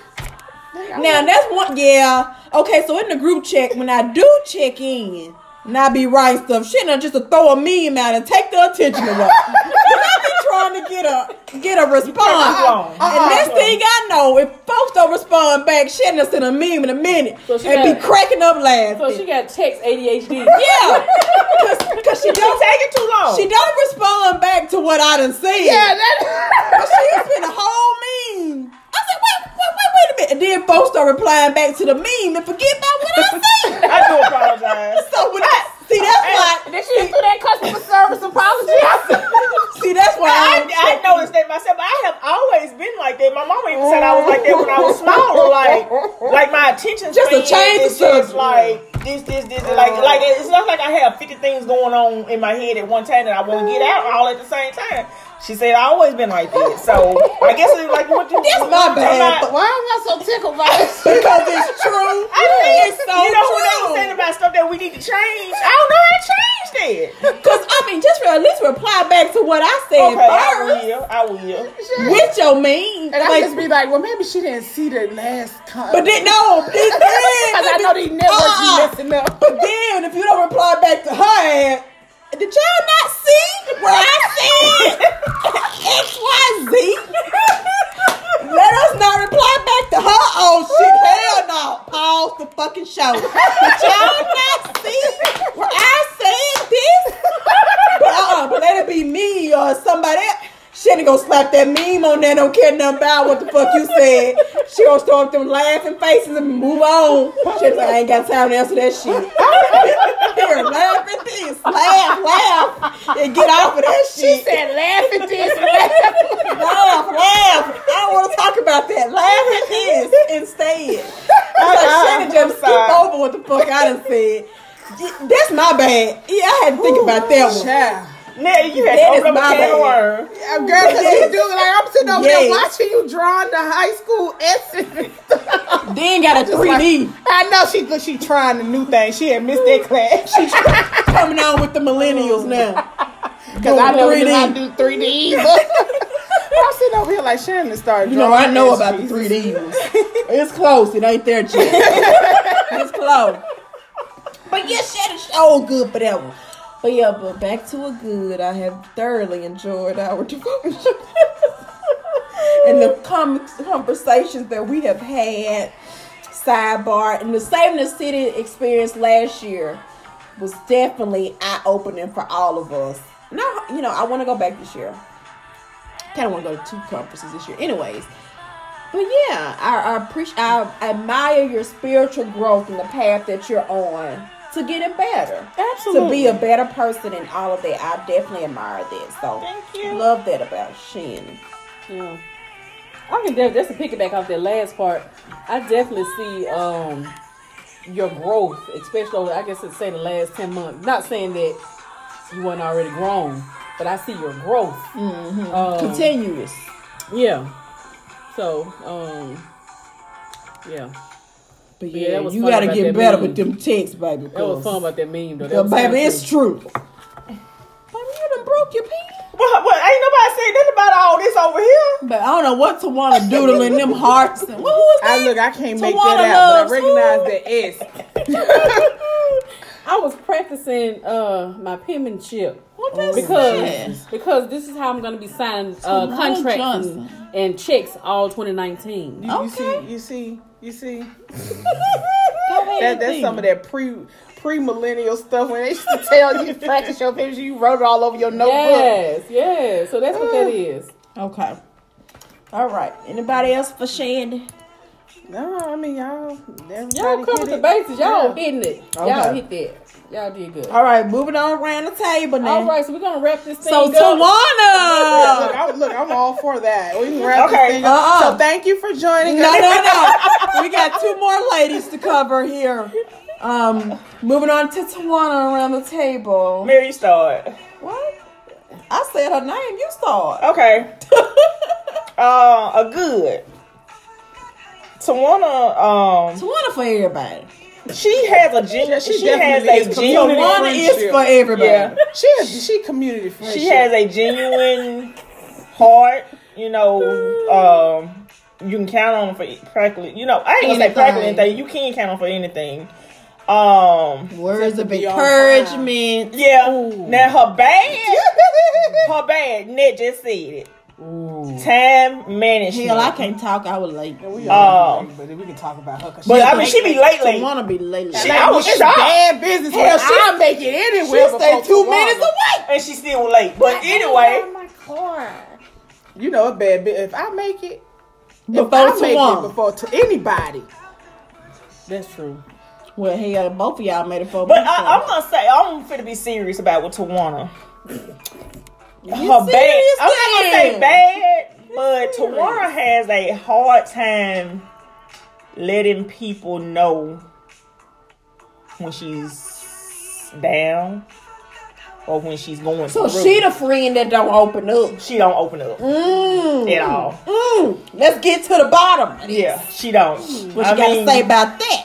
Speaker 1: Now that's one. Yeah. Okay. So in the group check, when I do check in, and I be writing stuff, shit, not just to throw a meme out and take the attention away. But I be trying to get a get a response.
Speaker 3: Uh-uh,
Speaker 1: and next thing I know, if folks don't respond back, shit, just send a meme in a minute
Speaker 4: So she
Speaker 1: and
Speaker 4: got-
Speaker 1: be cracking up laughing.
Speaker 4: So she got text ADHD.
Speaker 1: yeah, because she don't
Speaker 3: Take it too long.
Speaker 1: she don't respond back to what I done said.
Speaker 2: Yeah, that.
Speaker 1: But she has been a whole meme. I said, wait, wait, wait, wait a minute. And then folks start replying back to the meme and forget about what I said.
Speaker 3: I do apologize.
Speaker 1: So when I see that's why
Speaker 4: Then she threw that customer service apology. I said,
Speaker 1: see that's why I, don't
Speaker 3: I, I noticed that myself. I have always been like that. My mama even said I was like that when I was smaller. Like, like my attention
Speaker 1: Just to
Speaker 3: span
Speaker 1: change the
Speaker 3: is just
Speaker 1: subject.
Speaker 3: like this, this, this. and Like, like it's not like I have fifty things going on in my head at one time that I want to get out all at the same time. She said I always been like that. So I guess it's like what you.
Speaker 1: That's
Speaker 3: what
Speaker 1: my
Speaker 3: you
Speaker 1: bad,
Speaker 3: talking about-
Speaker 1: but
Speaker 2: Why am I so tickled by this?
Speaker 1: because it's true.
Speaker 3: I think
Speaker 1: it's so
Speaker 3: you know what I was saying
Speaker 1: true.
Speaker 3: about stuff that we need to change. I don't know how to change that.
Speaker 1: Because I mean, just re- at least reply back to what I said
Speaker 3: Okay, I
Speaker 1: first
Speaker 3: will. I will.
Speaker 1: with your meme.
Speaker 2: And I
Speaker 1: Like,
Speaker 2: just be like, well, maybe she didn't see the last time.
Speaker 1: but then no, this is
Speaker 2: because I know these networks
Speaker 1: Uh-uh.
Speaker 2: be messing up.
Speaker 1: But then, if you don't reply back to her ad, did y'all not see where I said X, Y, Z? Let us not reply back to her. Oh shit, hell no. Pause the fucking show. Did y'all not see where I said this? But uh-uh, but let it be me or somebody else. She ain't gonna slap that meme on there, don't care nothing about what the fuck you said. She gonna throw up them laughing faces and move on. She like, I ain't got time to answer that shit. Here, laugh at this. Laugh, laugh. And get off of that
Speaker 2: She
Speaker 1: shit.
Speaker 2: said, laugh at this. laugh.
Speaker 1: laugh, laugh. I don't wanna talk about that. Laugh at this instead. I was like, Shannon, just skip over what the fuck I done said. Yeah, That's my bad. Yeah, I had to think about that one.
Speaker 2: Child.
Speaker 3: Now you had
Speaker 1: That
Speaker 3: to
Speaker 1: is
Speaker 3: open up
Speaker 1: my
Speaker 3: a can
Speaker 1: bad.
Speaker 3: of worms.
Speaker 2: Yeah, girl, 'cause you do like I'm sitting over there
Speaker 1: Yes.
Speaker 2: watching you drawing the high school essay.
Speaker 1: Then got a 3D.
Speaker 2: I know she look, she trying the new thing. She had missed that class. She
Speaker 1: coming on with the millennials now.
Speaker 2: because I know 3D. I
Speaker 1: 3D.
Speaker 2: do 3D. I'm sitting over here like Shannon started.
Speaker 1: You know, I know about the
Speaker 2: these.
Speaker 1: 3D ones. It's close. It ain't there yet. it's close. But yeah, Shannon so Oh, good for that one. But yeah, but back to a good. I have thoroughly enjoyed our devotion. and the com- conversations that we have had, sidebar, and the Saving the City experience last year was definitely eye opening for all of us. Now, you know, I want to go back this year. Kind of want to go to two conferences this year. Anyways, but yeah, I, I appreciate, I admire your spiritual growth and the path that you're on to get it better, to be a better person, and all of that. I definitely admire that. So,
Speaker 3: Thank you.
Speaker 1: love that about Shannon.
Speaker 4: Yeah. I can def- just to piggyback off that last part. I definitely see um your growth, especially over, I guess it's say the last ten months. Not saying that you weren't already grown, but I see your growth. Mm-hmm.
Speaker 1: Um, Continuous.
Speaker 4: yeah. So um, yeah,
Speaker 1: But
Speaker 4: Yeah,
Speaker 1: yeah,
Speaker 4: that was
Speaker 1: you
Speaker 4: fun
Speaker 1: gotta
Speaker 4: about
Speaker 1: get
Speaker 4: that
Speaker 1: better
Speaker 4: meme.
Speaker 1: with them texts, baby.
Speaker 4: that was fun
Speaker 1: because-
Speaker 4: about that meme though. That
Speaker 1: Yeah,
Speaker 4: was
Speaker 1: baby,
Speaker 4: fun,
Speaker 1: it's
Speaker 4: too.
Speaker 1: true. Baby, you done broke your pants.
Speaker 3: What, what? Ain't nobody saying nothing about all this over here.
Speaker 1: But I don't know what Tawana doodling them hearts. And, what was that?
Speaker 2: I look, I can't make
Speaker 1: Tawana
Speaker 2: that out,
Speaker 1: loves
Speaker 2: but I recognize the S.
Speaker 4: I was practicing uh my penmanship.
Speaker 1: What that
Speaker 4: because
Speaker 1: said?
Speaker 4: because this is how I'm gonna be signing uh,
Speaker 1: Tamara
Speaker 4: contracts
Speaker 1: Johnson.
Speaker 4: and, and checks all 2019.
Speaker 2: You, you
Speaker 1: Okay.
Speaker 2: see, you see, you see.
Speaker 1: Go ahead
Speaker 2: That,
Speaker 1: and
Speaker 2: that's
Speaker 1: think.
Speaker 2: some of that pre pre millennial stuff when they used to tell you to practice your picture, you wrote it all over your notebook.
Speaker 4: Yes, yes. So that's what that is.
Speaker 1: Okay. All right. Anybody else for Shandy?
Speaker 2: No, I mean y'all.
Speaker 4: Y'all
Speaker 2: everybody
Speaker 4: covered
Speaker 2: hit
Speaker 4: the
Speaker 2: it.
Speaker 4: bases. Y'all
Speaker 2: Yeah.
Speaker 4: hitting it. Y'all
Speaker 1: Okay.
Speaker 4: hit that. Y'all did good.
Speaker 1: All right. Moving on around the table now.
Speaker 4: All right, so we're gonna wrap this thing
Speaker 1: So
Speaker 4: up.
Speaker 2: Look,
Speaker 1: Tawana.
Speaker 2: I, look, I'm all for that. We can wrap
Speaker 3: Okay.
Speaker 2: this thing up.
Speaker 1: Uh-uh.
Speaker 2: So thank you for joining
Speaker 1: No,
Speaker 2: us.
Speaker 1: no, no. We got two more ladies to cover here.
Speaker 5: Um, moving on to Tawana around the table.
Speaker 3: Mary start.
Speaker 5: What? I said her name. You start.
Speaker 3: Okay. uh, a good. Tawana,
Speaker 5: Tawana for everybody.
Speaker 3: um, she has a gen- she,
Speaker 2: She
Speaker 3: has
Speaker 2: definitely
Speaker 3: a
Speaker 2: is community
Speaker 3: genuine
Speaker 5: Tawana
Speaker 2: friendship.
Speaker 5: is for everybody.
Speaker 3: Yeah.
Speaker 2: She is she community friendship.
Speaker 3: she has a genuine heart. You know, um, you can count on for practically. You know, I ain't gonna say practically
Speaker 5: Anything.
Speaker 3: anything. You can count on for anything. Um,
Speaker 5: Words of
Speaker 2: to be on
Speaker 5: encouragement.
Speaker 3: yeah. Now her bag, her bag. Ned just said it. Time management.
Speaker 5: Hell, I can't talk. I was late.
Speaker 2: And we are
Speaker 3: Um,
Speaker 2: late, but we can talk about her. 'cause
Speaker 3: But
Speaker 2: she-
Speaker 3: I mean, she be late, late.
Speaker 5: Tawana be late.
Speaker 3: She- I was
Speaker 2: it's
Speaker 3: shocked.
Speaker 2: bad business. Hell,
Speaker 3: Hell,
Speaker 2: she will make it anywhere.
Speaker 5: She stay
Speaker 2: before
Speaker 5: two
Speaker 2: Tawana.
Speaker 5: minutes away.
Speaker 3: and she's still late. But anyway,
Speaker 2: You know, it's bad. bu- If I make it, if
Speaker 5: Before
Speaker 2: I make it
Speaker 5: Tawana.
Speaker 2: before to anybody,
Speaker 4: That's true.
Speaker 5: Well, hell, both of y'all made it for
Speaker 3: but
Speaker 5: me.
Speaker 3: I, I'm gonna say I'm finna be serious about what Tawana. Her bad.
Speaker 5: serious
Speaker 3: I'm not gonna
Speaker 5: then?
Speaker 3: say bad, but Tawana has a hard time letting people know when she's down or when she's going
Speaker 5: so
Speaker 3: through.
Speaker 5: she the friend that don't open up.
Speaker 3: she don't open up
Speaker 5: Mm.
Speaker 3: at all.
Speaker 5: Mm. Let's get to the bottom. of this.
Speaker 3: Yeah, she don't.
Speaker 5: What
Speaker 3: I
Speaker 5: you got
Speaker 3: mean,
Speaker 5: to say about that?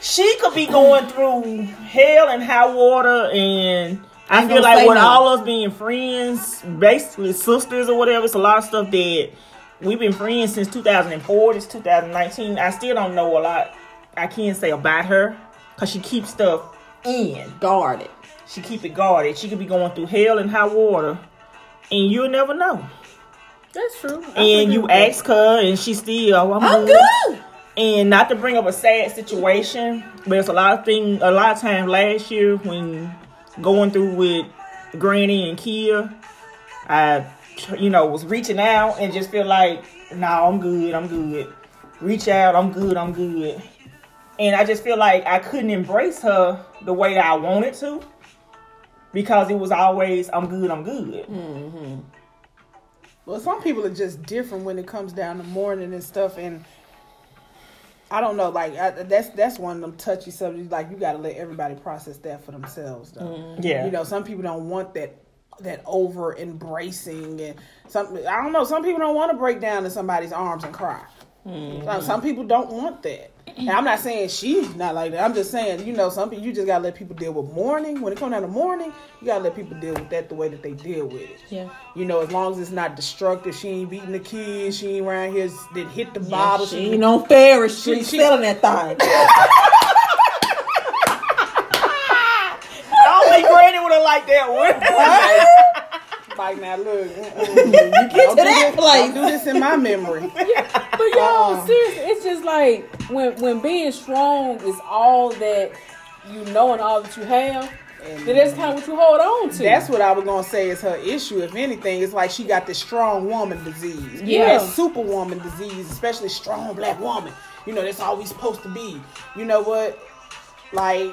Speaker 3: she could be going through hell and high water and I
Speaker 5: Ain't
Speaker 3: feel
Speaker 5: gonna
Speaker 3: like
Speaker 5: say
Speaker 3: with
Speaker 5: nothing.
Speaker 3: all us being friends, basically sisters or whatever, it's a lot of stuff that we've been friends since 2004. It's 2019. I still don't know a lot. I can't say about her because she keeps stuff in.
Speaker 5: Guard it.
Speaker 3: She keep it guarded. She could be going through hell and high water, and you'll never know.
Speaker 4: That's true. I
Speaker 3: And
Speaker 4: agree
Speaker 3: you
Speaker 4: with that.
Speaker 3: ask her, and she still, "Oh, I'm,
Speaker 5: I'm
Speaker 3: good
Speaker 5: good.
Speaker 3: and not to bring up a sad situation, but it's a lot of thing. A lot of times last year when going through with Granny and Kia, I, you know, was reaching out and just feel like, no, I'm good, I'm good. Reach out, I'm good, I'm good. And I just feel like I couldn't embrace her the way that I wanted to because it was always, I'm good, I'm good.
Speaker 2: well, some people are just different when it comes down to mourning and stuff. And I don't know, like I, that's that's one of them touchy subjects. Like you got to let everybody process that for themselves, though.
Speaker 3: Yeah.
Speaker 2: You know, some people don't want that that over embracing and some I don't know, some people don't want to break down in somebody's arms and cry.
Speaker 5: Mm-hmm.
Speaker 2: Some, some people don't want that. And I'm not saying she's not like that. I'm just saying, you know, some people you just gotta let people deal with mourning. When it comes down to mourning, you gotta let people deal with that the way that they deal with it.
Speaker 5: Yeah.
Speaker 2: You know, as long as it's not destructive, she ain't beating the kids, she ain't around here didn't hit the bottle.
Speaker 5: she ain't on fairy. She,
Speaker 2: She- she-
Speaker 5: selling that thing.
Speaker 3: I don't think Granny would have liked that one.
Speaker 2: like now look, mm-mm.
Speaker 5: you get to
Speaker 2: do
Speaker 5: that
Speaker 2: this-
Speaker 5: place.
Speaker 2: don't do this in my memory.
Speaker 4: But y'all,
Speaker 2: Uh-uh.
Speaker 4: seriously, it's just like when when being strong is all that you know and all that you have. then that's kind of what you hold on to.
Speaker 2: That's what I was gonna say is her issue. If anything, it's like she got this strong woman disease.
Speaker 4: Yeah.
Speaker 2: that superwoman disease, especially strong black woman. You know, that's all we supposed to be. You know what? Like,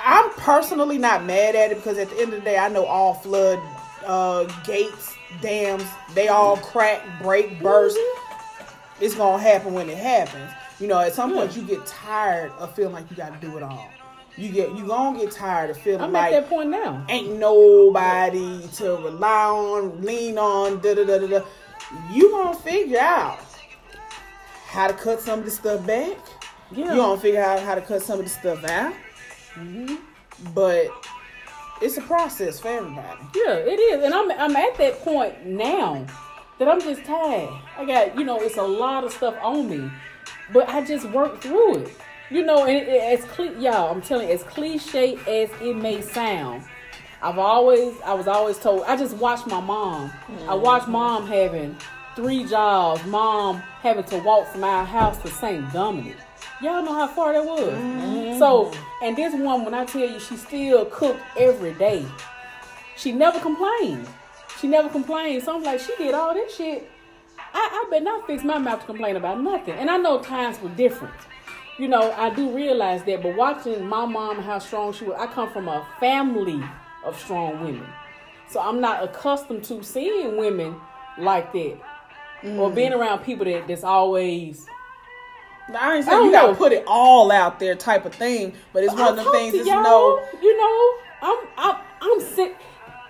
Speaker 2: I'm personally not mad at it because at the end of the day, I know all flood uh, gates, dams, they all crack, break, burst.
Speaker 4: Mm-hmm.
Speaker 2: It's gonna happen when it happens. You know, at some point, you get tired of feeling like you gotta do it all. You get you gonna get tired of feeling
Speaker 4: I'm
Speaker 2: like
Speaker 4: at that point now.
Speaker 2: ain't nobody to rely on, lean on, da da da da da. You gonna figure out how to cut some of the stuff back.
Speaker 4: Yeah. Mm-hmm.
Speaker 2: You gonna figure out how to cut some of the stuff out. But it's a process for everybody.
Speaker 4: Yeah, it is, and I'm I'm at that point now that I'm just tired. I got you know it's a lot of stuff on me, but I just work through it. You know, and it, it, as cli- y'all, I'm telling you, as cliche as it may sound, I've always I was always told I just watched my mom. I watched mom having three jobs, mom having to walk from our house to St. Dominic. Y'all know how far that was. So, and this one, when I tell you, she still cooked every day. She never complained. She never complained. So I'm like, she did all this shit. I, I better not fix my mouth to complain about nothing. And I know times were different. You know, I do realize that, but watching my mom and how strong she was, I come from a family of strong women. So I'm not accustomed to seeing
Speaker 2: Mm.
Speaker 4: women like that. Or being around people that, that's always
Speaker 2: I ain't
Speaker 4: I
Speaker 2: saying
Speaker 4: don't
Speaker 2: you gotta
Speaker 4: know.
Speaker 2: put it all out there type of thing, but it's one of
Speaker 4: I
Speaker 2: the
Speaker 4: talk
Speaker 2: things
Speaker 4: to
Speaker 2: is
Speaker 4: y'all,
Speaker 2: no.
Speaker 4: You know, I'm I'm I'm sick.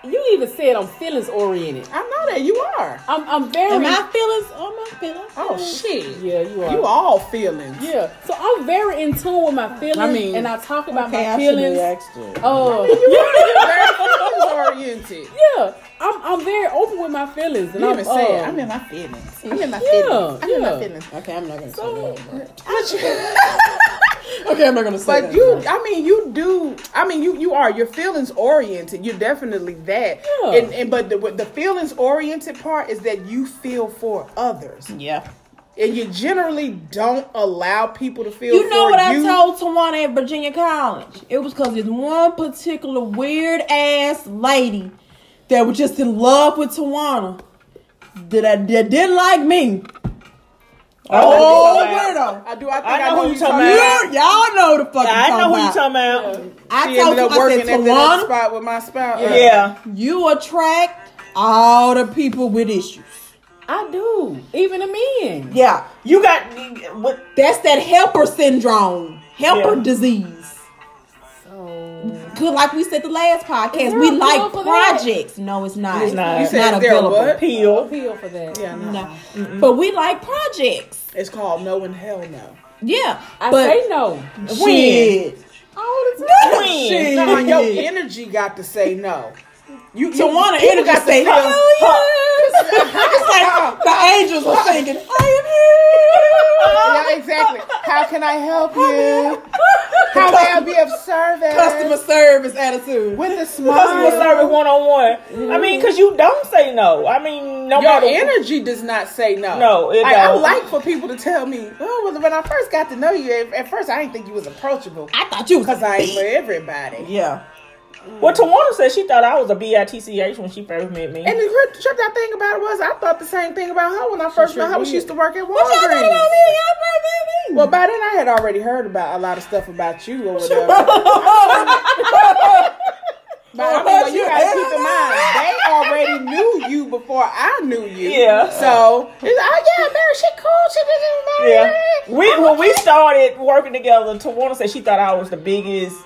Speaker 4: You even said I'm feelings oriented.
Speaker 2: I know that you are.
Speaker 4: I'm I'm very.
Speaker 6: Am I feelings? Oh, my feelings.
Speaker 2: Oh shit.
Speaker 4: yeah, you are.
Speaker 2: You all feelings.
Speaker 4: Yeah, so I'm very in tune with my feelings,
Speaker 2: I mean,
Speaker 4: and I talk about
Speaker 6: okay,
Speaker 4: my
Speaker 6: I should've
Speaker 4: feelings.
Speaker 6: asked you.
Speaker 4: Oh,
Speaker 2: Very feelings oriented.
Speaker 4: yeah, I'm I'm very open with my feelings, and
Speaker 2: You
Speaker 4: I'm
Speaker 2: even said,
Speaker 4: uh,
Speaker 2: I'm in my feelings. I'm in my
Speaker 4: Yeah,
Speaker 2: feelings. I'm in
Speaker 4: yeah.
Speaker 2: my feelings.
Speaker 6: Okay, I'm not gonna
Speaker 4: So-
Speaker 6: say that.
Speaker 2: But you,
Speaker 6: Okay, I'm not gonna say
Speaker 2: but you, I mean, you do. I mean, you you are. You're feelings oriented. You're definitely that.
Speaker 4: Yeah.
Speaker 2: And, and but the what the feelings oriented part is that you feel for others,
Speaker 6: yeah.
Speaker 2: and you generally don't allow people to feel.
Speaker 1: You know
Speaker 2: for
Speaker 1: what I
Speaker 2: you.
Speaker 1: told Tawana at Virginia College? It was because this one particular weird ass lady that was just in love with Tawana that I that didn't like me. Oh, weirdo.
Speaker 2: I do. I think
Speaker 3: I
Speaker 2: I
Speaker 3: know who you talking
Speaker 2: about.
Speaker 3: about.
Speaker 1: You- Y'all know the fucking.
Speaker 3: I know
Speaker 1: talking
Speaker 3: who you're
Speaker 1: about.
Speaker 3: talking about.
Speaker 1: I
Speaker 2: She ended
Speaker 1: told
Speaker 2: up
Speaker 1: you, I
Speaker 2: working
Speaker 1: said,
Speaker 2: at that
Speaker 1: Tawana,
Speaker 2: spot with my spouse.
Speaker 3: Yeah.
Speaker 1: you attract all the people with issues.
Speaker 4: I do, even the men.
Speaker 1: Yeah,
Speaker 3: You got what?
Speaker 1: that's that helper syndrome, helper
Speaker 3: Yeah.
Speaker 1: disease.
Speaker 4: So
Speaker 1: Good, like we said the last podcast,
Speaker 4: there
Speaker 1: we
Speaker 4: a pill
Speaker 1: like
Speaker 4: for that?
Speaker 1: projects. No, it's not.
Speaker 3: It's not.
Speaker 1: It's
Speaker 2: You said
Speaker 1: not
Speaker 2: there a
Speaker 1: available.
Speaker 2: what?
Speaker 3: Peel.
Speaker 4: appeal for that.
Speaker 2: Yeah, no.
Speaker 1: No. But we like projects.
Speaker 2: It's called No and Hell No.
Speaker 1: Yeah.
Speaker 4: I
Speaker 1: but
Speaker 4: say no
Speaker 1: shit.
Speaker 4: all the time.
Speaker 1: Shit.
Speaker 2: Nah, your energy got to say no. You, you
Speaker 1: Tawana
Speaker 2: people
Speaker 1: energy
Speaker 2: got to
Speaker 1: say,
Speaker 2: feel-
Speaker 1: "Hell yeah." It's like the angels were singing, I am
Speaker 2: Yeah, exactly. How can I help you? How may I be of service?
Speaker 1: here. Customer service attitude.
Speaker 2: With a
Speaker 3: Customer
Speaker 2: smile.
Speaker 3: service one on one. I mean, cause you don't say no. I mean, no
Speaker 2: Your
Speaker 3: matter.
Speaker 2: energy does not say no.
Speaker 3: No, it
Speaker 2: like,
Speaker 3: don't.
Speaker 2: I like for people to tell me, oh, well, when I first got to know you, at, at first I didn't think you was approachable.
Speaker 1: I thought you was
Speaker 2: Because I ain't for
Speaker 1: beat.
Speaker 2: everybody.
Speaker 1: Yeah.
Speaker 3: Well, Tawana said she thought I was a bitch when she first met me.
Speaker 2: And the trip, trip that thing about it was, I thought the same thing about her when I first met her. when She used to work at
Speaker 1: What y'all thought
Speaker 2: Walgreens.
Speaker 1: about me? Y'all
Speaker 2: Well, by then I had already heard about a lot of stuff about you or whatever. But I mean, well, you gotta keep in mind they already knew you before I knew you.
Speaker 3: Yeah.
Speaker 2: So it's, oh yeah, Mary, she cool. She didn't
Speaker 3: yeah, we when we started working together, Tawana said she thought I was the biggest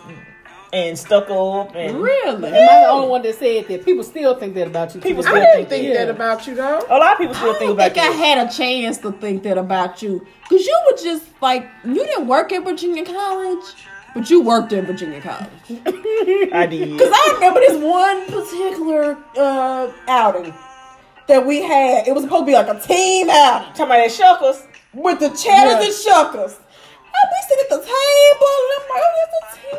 Speaker 3: and stuck up and
Speaker 4: Really? Am I the only one that said that? People still think that about you.
Speaker 3: People
Speaker 4: too.
Speaker 2: I
Speaker 3: still
Speaker 2: didn't think
Speaker 4: Yeah.
Speaker 2: that about you though.
Speaker 3: a lot of people still
Speaker 1: I
Speaker 3: think
Speaker 1: don't
Speaker 3: about
Speaker 1: think I
Speaker 3: that.
Speaker 1: had a chance to think that about you. Because you were just like, you didn't work at Virginia College, but you worked at Virginia College.
Speaker 3: I did.
Speaker 1: Because I remember this one particular uh, outing that we had. It was supposed to be like a team outing
Speaker 3: Talking about that shuckers.
Speaker 1: with the chatters
Speaker 2: Yeah.
Speaker 1: and shuckers. And we sit at the table, and I'm like, oh, it's a team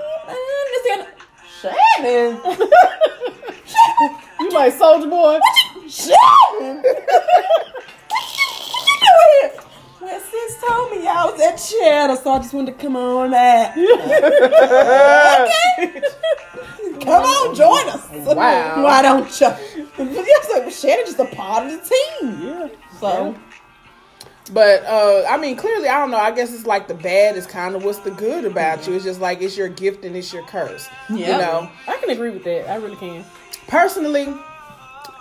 Speaker 1: outing. This and Shannon.
Speaker 4: You like Soldier Boy?
Speaker 1: Shannon! what you doing here? Well, sis told me I was at chatter, so I just wanted to come on out. okay. come on, join us.
Speaker 2: Wow.
Speaker 1: Why don't you? Yes, like, Shannon just a part of the team. Yeah. So,
Speaker 2: But uh, I mean, clearly, I don't know. I guess it's like the bad is kind of what's the good about you. It's just like it's your gift and it's your curse. You
Speaker 1: Yeah.
Speaker 2: know.
Speaker 4: I can agree with that. I really can.
Speaker 2: personally,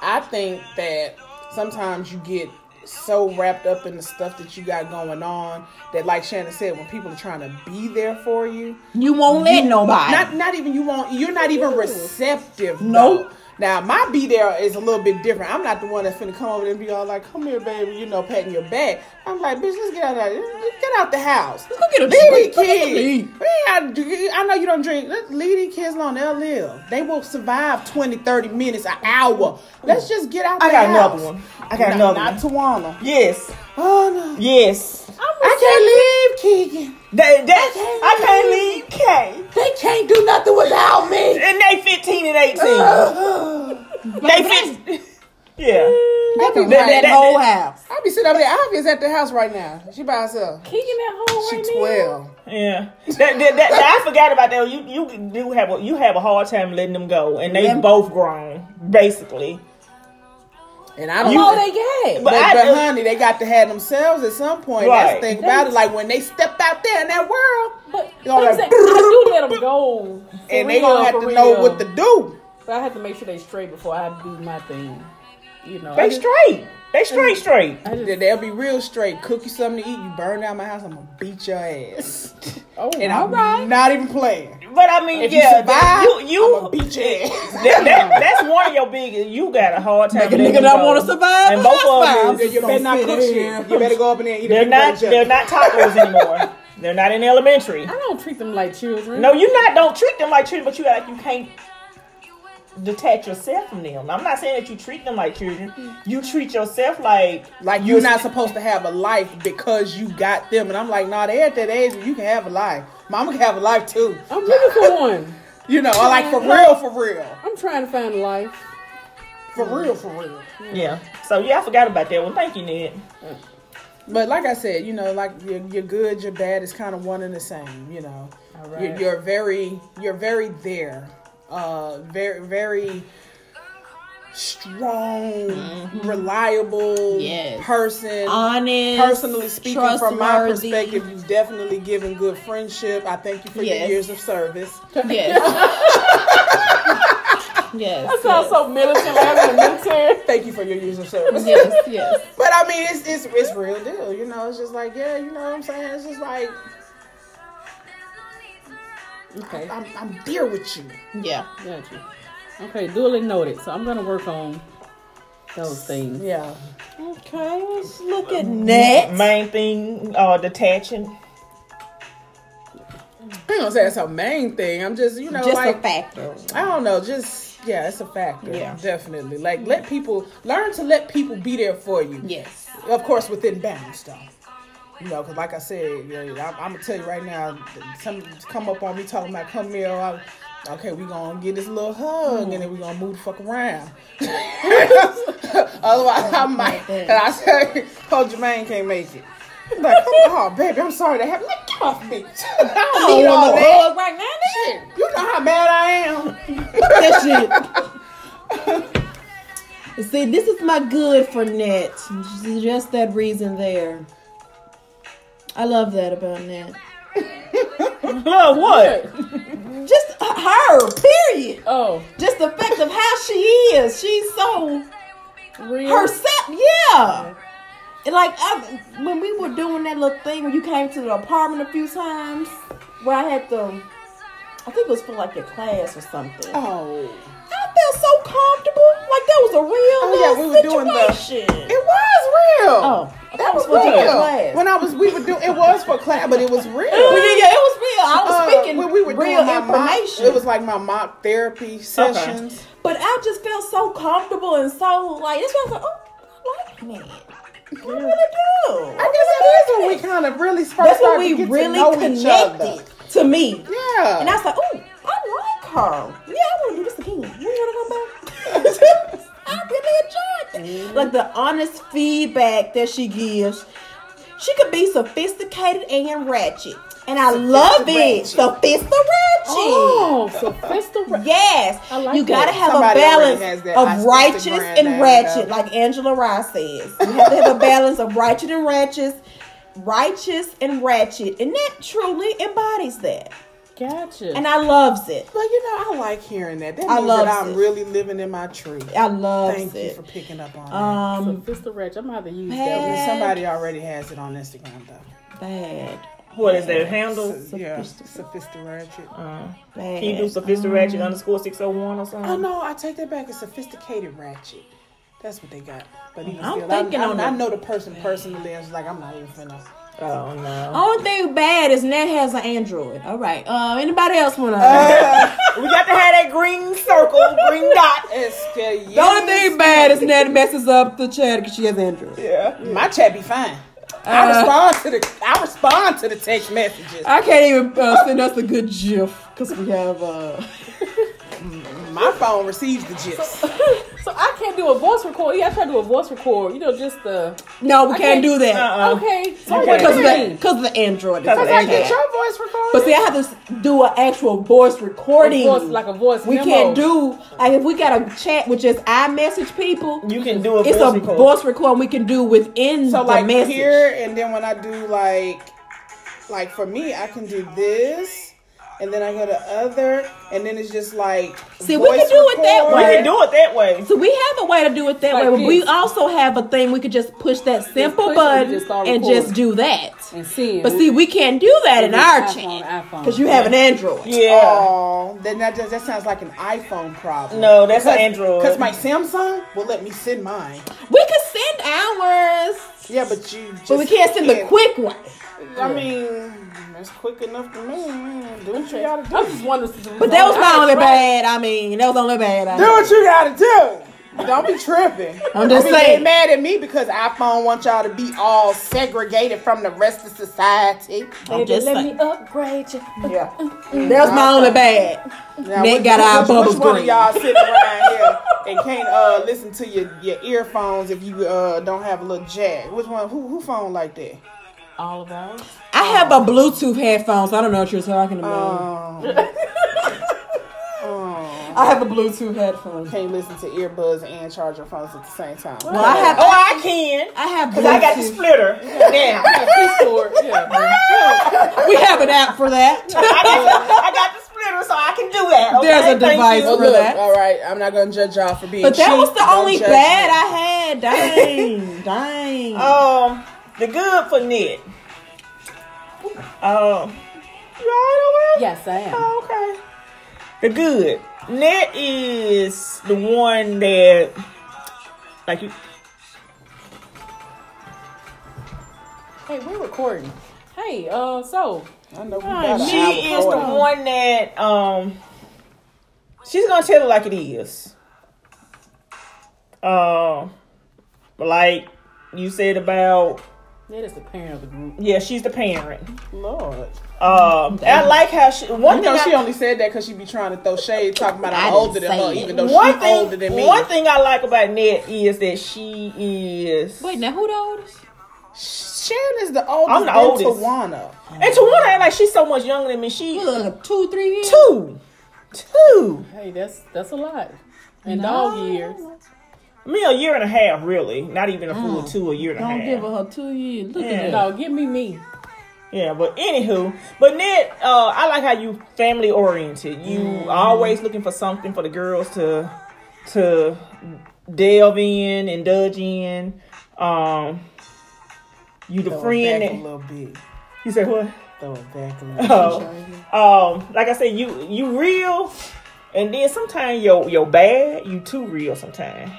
Speaker 2: I think that sometimes you get so wrapped up in the stuff that you got going on that, like Shannon said, when people are trying to be there for you,
Speaker 1: you won't let nobody.
Speaker 2: not not even you won't, you're not even receptive.
Speaker 1: Nope.
Speaker 2: though. Now my be there is a little bit different. I'm not the one that's finna come over there and be all like, "Come here, baby," you know, patting your back. I'm like, "Bitch, let's get out of here. Get out the house."
Speaker 1: Let's go get a drink.
Speaker 2: Leave these
Speaker 1: Let's get a
Speaker 2: kids.
Speaker 1: lead.
Speaker 2: We ain't gotta do- I know you don't drink. Let's leave these kids alone. They'll live. They will survive 20, 30 minutes, an hour. Let's just get out
Speaker 3: I
Speaker 2: the
Speaker 3: got
Speaker 2: house.
Speaker 3: another one. I got
Speaker 2: No,
Speaker 3: another
Speaker 2: Not Tawana.
Speaker 3: Yes,
Speaker 2: Oh, no.
Speaker 3: yes.
Speaker 2: I can't leave, Keegan.
Speaker 3: That, that I can't leave K.
Speaker 1: they can't do nothing without me.
Speaker 3: And they 15 and 18. they 15. Yeah.
Speaker 2: I be,
Speaker 1: That, that,
Speaker 3: that-
Speaker 1: whole house.
Speaker 2: I be sitting over there. Obvious at the house right now. She by herself.
Speaker 4: Keegan at home
Speaker 2: She
Speaker 4: right now.
Speaker 2: 12.
Speaker 3: Yeah, that, that, that, that- I forgot about that. You you do have a you have a hard time letting them go, and they
Speaker 1: Yeah.
Speaker 3: both grown basically.
Speaker 2: And I don't
Speaker 3: You-
Speaker 4: Oh, they gay.
Speaker 3: But
Speaker 2: But,
Speaker 3: I
Speaker 2: but
Speaker 3: do-
Speaker 2: honey, they got to have themselves at some point. That's
Speaker 3: Right.
Speaker 2: the thing about it. Like when they step out there in that world,
Speaker 4: But
Speaker 2: You all
Speaker 4: I'm
Speaker 2: like,
Speaker 4: saying, I do let them go. For
Speaker 2: and they
Speaker 4: real,
Speaker 2: gonna have
Speaker 4: for
Speaker 2: to know
Speaker 4: real.
Speaker 2: what to do.
Speaker 4: But I have to make sure they straight before I do my thing. You know, I
Speaker 3: They
Speaker 4: just-
Speaker 3: straight. They straight, straight.
Speaker 2: They- They'll be real straight. Cook you something to eat. You burn down my house. I'm gonna beat your ass.
Speaker 4: Oh,
Speaker 2: And
Speaker 4: all
Speaker 2: I'm
Speaker 4: right.
Speaker 2: not even playing.
Speaker 3: But I mean,
Speaker 2: If you
Speaker 3: yeah,
Speaker 2: survive,
Speaker 3: you, you,
Speaker 2: I'ma beat your ass.
Speaker 3: that, that, that's one of your biggest. You got a hard time.
Speaker 1: Make a
Speaker 3: letting
Speaker 1: nigga not
Speaker 3: go.
Speaker 1: want to survive.
Speaker 3: And
Speaker 1: a
Speaker 3: both of
Speaker 1: house
Speaker 3: them,
Speaker 1: fire.
Speaker 3: is-
Speaker 2: You better not
Speaker 1: Don't
Speaker 2: cook
Speaker 1: sit
Speaker 2: shit.
Speaker 1: here.
Speaker 2: You better go up in there and eat a
Speaker 3: they're
Speaker 2: peanut
Speaker 3: not.
Speaker 2: butter
Speaker 3: They're
Speaker 2: jelly.
Speaker 3: not tacos anymore. They're not in elementary.
Speaker 4: I don't treat them like children.
Speaker 3: No, you not. Don't treat them like children, but you act like you can't detach yourself from them. I'm not saying that you treat them like children. You treat yourself like
Speaker 2: Like you're not supposed to have a life because you got them. And I'm like, nah, they at that age where you can have a life. Mama can have a life too.
Speaker 4: I'm looking for one.
Speaker 2: You know, I like for real, for real.
Speaker 4: I'm trying to find a life.
Speaker 2: For real, for real.
Speaker 3: yeah. So yeah, I forgot about that one. Thank you, Ned.
Speaker 2: But like I said, you know, like you're, you're good, you're bad. It's kind of one and the same. You know, you're, you're very, you're very there, uh, very, very strong, reliable
Speaker 1: Mm-hmm. Yes.
Speaker 2: person.
Speaker 1: Honest.
Speaker 2: Personally speaking, from my
Speaker 1: trustworthy.
Speaker 2: perspective, you've definitely given good friendship. I thank you for your
Speaker 1: Yes.
Speaker 2: years of service.
Speaker 1: Yes. yes.
Speaker 4: Sounds so militant, like I'm in the military.
Speaker 2: Thank you for your years of service.
Speaker 1: Yes. Yes.
Speaker 2: But I mean, it's it's it's real deal. You know, it's just like yeah, you know what I'm saying. It's just like
Speaker 4: Okay,
Speaker 2: I'm I'm there with you.
Speaker 1: Yeah.
Speaker 4: got you. Okay, duly noted. So I'm gonna work on those things.
Speaker 2: Yeah.
Speaker 1: Okay. Let's look at next.
Speaker 3: Main thing, uh, detaching.
Speaker 2: I ain't gonna say that's a main thing. I'm just, you know,
Speaker 1: Just
Speaker 2: like
Speaker 1: a factor.
Speaker 2: I don't know, just yeah, it's a factor.
Speaker 1: Yeah.
Speaker 2: Definitely. Like let people learn to let people be there for you.
Speaker 1: Yes.
Speaker 2: Of course within bounds though. You know, cause like I said, you know, I'm, I'm gonna tell you right now, some come up on me talking about come here. I, okay, we gonna get this little hug and then we gonna move the fuck around. Otherwise, I might. And I said, "Oh, Jermaine can't make it." I'm like, oh baby, I'm sorry that happened. Like, get off me. I
Speaker 1: I
Speaker 2: don't
Speaker 1: don't
Speaker 2: need all
Speaker 1: want no
Speaker 2: that.
Speaker 1: hug right now.
Speaker 2: Shit, You know how mad I am.
Speaker 1: That shit. See, this is my good for net. Just that reason there. I love that about net.
Speaker 3: Love what?
Speaker 1: Just her, period.
Speaker 4: Oh,
Speaker 1: Just the fact of how she is. She's so
Speaker 4: real.
Speaker 1: herself. Yeah. And like I, when we were doing that little thing when you came to the apartment a few times, where I had to, I think it was for like your class or something.
Speaker 2: Oh,
Speaker 1: I felt so comfortable. Like that was a real
Speaker 2: Oh, yeah,
Speaker 1: little
Speaker 2: we were doing the-
Speaker 1: situation.
Speaker 2: it was real.
Speaker 1: oh, I
Speaker 2: that
Speaker 1: thought
Speaker 2: was
Speaker 1: it supposed to be a
Speaker 2: real.
Speaker 1: class.
Speaker 2: When I was, we were doing. It was for class, but it was
Speaker 1: Well,
Speaker 2: real.
Speaker 1: yeah, yeah, it was real. I was
Speaker 2: Uh,
Speaker 1: speaking
Speaker 2: when we were
Speaker 1: real
Speaker 2: doing my mock,
Speaker 1: information.
Speaker 2: it was like my mock therapy sessions.
Speaker 1: but I just felt so comfortable and so like that's why I was like, oh, I like me. What am I gonna do?
Speaker 2: I guess it is when we kind of really first
Speaker 1: That's
Speaker 2: started
Speaker 1: when
Speaker 2: to
Speaker 1: we
Speaker 2: get to
Speaker 1: really
Speaker 2: know each other.
Speaker 1: connected to me.
Speaker 2: Yeah,
Speaker 1: And I was like, oh, I like her. Yeah, I want to do this again. We want to come back. I really
Speaker 2: Mm-hmm.
Speaker 1: enjoyed it. Like the honest feedback that she gives. She could be sophisticated and ratchet. And I love it. Sophisticated ratchet.
Speaker 4: Oh, sophisticated.
Speaker 1: Yes.
Speaker 4: I like
Speaker 1: you got to
Speaker 4: that.
Speaker 1: have
Speaker 2: Somebody
Speaker 1: a
Speaker 2: already has
Speaker 1: balance
Speaker 2: that. I
Speaker 1: of
Speaker 2: stick to
Speaker 1: righteous
Speaker 2: grand
Speaker 1: and
Speaker 2: now,
Speaker 1: ratchet,
Speaker 2: though.
Speaker 1: like Angela Rye says. You have to have a balance of righteous and ratchet, righteous and ratchet. And that truly embodies that.
Speaker 4: Gotcha.
Speaker 1: And I loves it.
Speaker 2: but you know, I like hearing that. That
Speaker 1: I
Speaker 2: means
Speaker 1: loves
Speaker 2: that I'm
Speaker 1: it.
Speaker 2: really living in my truth.
Speaker 1: I love
Speaker 2: Thank you
Speaker 1: it.
Speaker 2: for picking up on
Speaker 1: um,
Speaker 4: Sophisticated. Rich. I'm gonna have to use
Speaker 2: that.
Speaker 4: that.
Speaker 1: Pat-
Speaker 2: And Somebody already has it on Instagram though.
Speaker 1: bad,
Speaker 3: What is that handle?
Speaker 2: So, yeah, sophisticated.
Speaker 1: bad.
Speaker 3: Can you do sophisticated ratchet underscore six oh one or something?
Speaker 2: Oh no, I take that back. It's sophisticated ratchet. That's what they got. But even
Speaker 1: I'm
Speaker 2: still,
Speaker 1: thinking
Speaker 2: I, I,
Speaker 1: on
Speaker 2: I
Speaker 1: it.
Speaker 2: know the person personally. I was like, I'm not even finna.
Speaker 3: Oh no.
Speaker 1: Only thing bad is Nat has an Android. All right. Uh, anybody else want to?
Speaker 3: We got to have that green circle, green dot.
Speaker 2: Excuse
Speaker 1: the only thing bad is Nat messes up the chat because she has Android.
Speaker 2: Yeah. My chat be fine. I respond to the I respond to the text messages.
Speaker 1: I can't even uh, send us a good GIF because we have. Uh...
Speaker 2: My phone receives the gifs.
Speaker 4: So I can't do a voice record. Yeah, I try to do a voice record. You know, just the.
Speaker 1: No, we can't,
Speaker 4: can't-
Speaker 1: do that
Speaker 3: Uh-uh.
Speaker 4: Okay. So
Speaker 3: can't.
Speaker 1: because of the
Speaker 4: okay.
Speaker 1: because of the Android.
Speaker 3: Because of
Speaker 2: I
Speaker 3: the
Speaker 2: get
Speaker 1: Okay.
Speaker 2: your voice recorded.
Speaker 1: But see, I have to s- do an actual voice recording.
Speaker 4: voice, like a voice.
Speaker 1: we
Speaker 4: memo.
Speaker 1: can't do like if we got a chat with just I message people.
Speaker 3: You can do a
Speaker 1: it's a
Speaker 3: voice record.
Speaker 1: voice recording we can do within
Speaker 2: so
Speaker 1: the
Speaker 2: like
Speaker 1: message.
Speaker 2: here, and then when I do like, like for me, I can do this, and then I go to other, and then it's just like
Speaker 5: See, we can
Speaker 2: voice
Speaker 5: do it that
Speaker 2: record.
Speaker 3: We
Speaker 5: way.
Speaker 3: can do it that way.
Speaker 5: So we have a way to do it that
Speaker 4: Like
Speaker 5: way, but we
Speaker 4: this.
Speaker 5: also have a thing we could just push that simple
Speaker 4: push it and
Speaker 5: button
Speaker 4: just start
Speaker 5: and
Speaker 4: recording.
Speaker 5: just do that.
Speaker 4: and see.
Speaker 5: But see, we can't do that in our
Speaker 4: iPhone,
Speaker 5: chat
Speaker 4: iPhone.
Speaker 5: because you have an Android.
Speaker 3: Yeah.
Speaker 2: Oh, then that just, that sounds like an iPhone problem.
Speaker 3: No, that's an Android.
Speaker 2: Because my Samsung will let me send mine.
Speaker 5: We could send ours,
Speaker 2: Yeah, but you. Just
Speaker 5: but we can't send the quick one.
Speaker 2: I mean, that's quick enough for me. man. Do what you gotta do.
Speaker 4: I'm just wondering.
Speaker 5: But that was my only bad. I mean, that was the only bad. I
Speaker 2: Do what you gotta do. Don't be tripping.
Speaker 5: I'm just
Speaker 2: Don't be
Speaker 5: saying.
Speaker 2: getting mad at me because iPhone wants y'all to be all segregated from the rest of society.
Speaker 5: I'm just saying.
Speaker 4: me upgrade you.
Speaker 2: Yeah.
Speaker 5: That was my
Speaker 3: Oh.
Speaker 5: only bad.
Speaker 2: Now,
Speaker 5: Nick got our bubble
Speaker 2: which one of
Speaker 5: green.
Speaker 2: y'all sitting around here and can't uh, listen to your, your earphones if you uh, don't have a little jack? Which one? Who, who phone like that?
Speaker 4: All of ours.
Speaker 5: I have a Bluetooth headphones. I don't know what you're talking about.
Speaker 2: Um,
Speaker 3: Oh.
Speaker 5: I have a Bluetooth headphones.
Speaker 2: can't listen to earbuds and charge your phones at the same time.
Speaker 5: Well, I have.
Speaker 3: Oh, I can.
Speaker 5: I have. Bluetooth.
Speaker 3: Cause I got the splitter now.
Speaker 5: we have an app for that.
Speaker 3: I got, I got the splitter, so I can do that. Okay?
Speaker 5: There's a
Speaker 3: Thank
Speaker 5: device
Speaker 3: you.
Speaker 5: for that.
Speaker 2: all right, I'm not gonna judge y'all for being.
Speaker 5: But that
Speaker 2: cheap.
Speaker 5: was the
Speaker 2: Don't
Speaker 5: only
Speaker 2: judge
Speaker 5: bad
Speaker 2: me.
Speaker 5: I had. Dang, dang.
Speaker 3: Um, the good for Nick. Um, you all right over there?
Speaker 4: Yes, I am.
Speaker 3: Oh, okay. The good. Nick is the one that, like you.
Speaker 4: Hey, we're recording. Hey, uh, so
Speaker 2: I know we
Speaker 4: Alright,
Speaker 2: got an
Speaker 3: She
Speaker 2: hour
Speaker 3: is the
Speaker 2: recording.
Speaker 3: one that um she's gonna tell it like it is. Um like you said about
Speaker 4: that is the parent of the group.
Speaker 3: yeah, she's the parent.
Speaker 2: Lord.
Speaker 3: Um I like how she one
Speaker 2: Mm-hmm. You
Speaker 3: thing
Speaker 2: know,
Speaker 3: I-
Speaker 2: she only said that because she be trying to throw shade, talking about I'm
Speaker 5: didn't
Speaker 2: older than
Speaker 5: say
Speaker 2: her,
Speaker 5: it.
Speaker 2: even though
Speaker 3: one
Speaker 2: she's
Speaker 3: thing,
Speaker 2: older than me.
Speaker 3: One thing I like about Ned is that she is
Speaker 5: Wait, now who the oldest?
Speaker 2: Sharon is the oldest.
Speaker 3: I'm the
Speaker 2: than
Speaker 3: oldest.
Speaker 2: Tawana.
Speaker 3: and to one act like she's so much younger than me, she
Speaker 5: Look, two, three years.
Speaker 3: two. Two.
Speaker 4: Hey, that's that's a lot. In dog years.
Speaker 3: Me a year and a half, really. Not even a full
Speaker 2: Mm.
Speaker 3: two, a year and a
Speaker 5: Don't
Speaker 3: half.
Speaker 5: give her two years. Look
Speaker 3: Yeah.
Speaker 5: at that.
Speaker 4: No, give me me.
Speaker 3: Yeah, but anywho, but Ned, uh, I like how you family oriented. You
Speaker 2: Mm.
Speaker 3: always looking for something for the girls to to delve in and dudge in. Um, you the
Speaker 2: Throw it
Speaker 3: friend
Speaker 2: back a
Speaker 3: that
Speaker 2: little bit.
Speaker 3: you said what?
Speaker 2: Throw it back a little bit.
Speaker 3: Oh, um, like I said, you you real, and then sometimes your your bad, you too real. Sometimes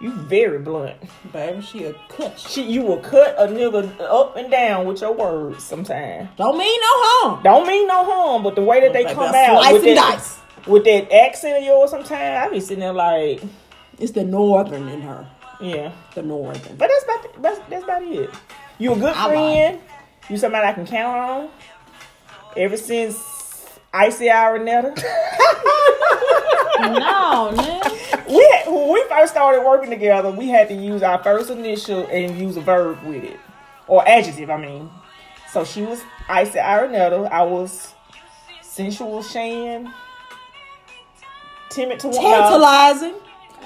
Speaker 3: you very blunt.
Speaker 5: Baby, she a cut.
Speaker 3: She, you will cut a nigga up and down with your words sometimes.
Speaker 5: Don't mean no harm.
Speaker 3: Don't mean no harm, but the way that they
Speaker 5: Baby,
Speaker 3: come
Speaker 5: I
Speaker 3: out
Speaker 5: slice
Speaker 3: with
Speaker 5: and
Speaker 3: that,
Speaker 5: dice.
Speaker 3: with that accent of yours, sometimes I be sitting there like,
Speaker 5: It's the northern in her.
Speaker 3: yeah.
Speaker 5: The northern.
Speaker 3: But that's about the, that's that's about it. You a good
Speaker 5: I
Speaker 3: friend. You somebody I can count on. Ever since Icy Aranetta,
Speaker 5: no, man.
Speaker 3: we had, when we first started working together, we had to use our first initial and use a verb with it, or adjective. I mean, so she was Icy Aranetta. I was sensual Shan. Timid to
Speaker 5: Tantalizing.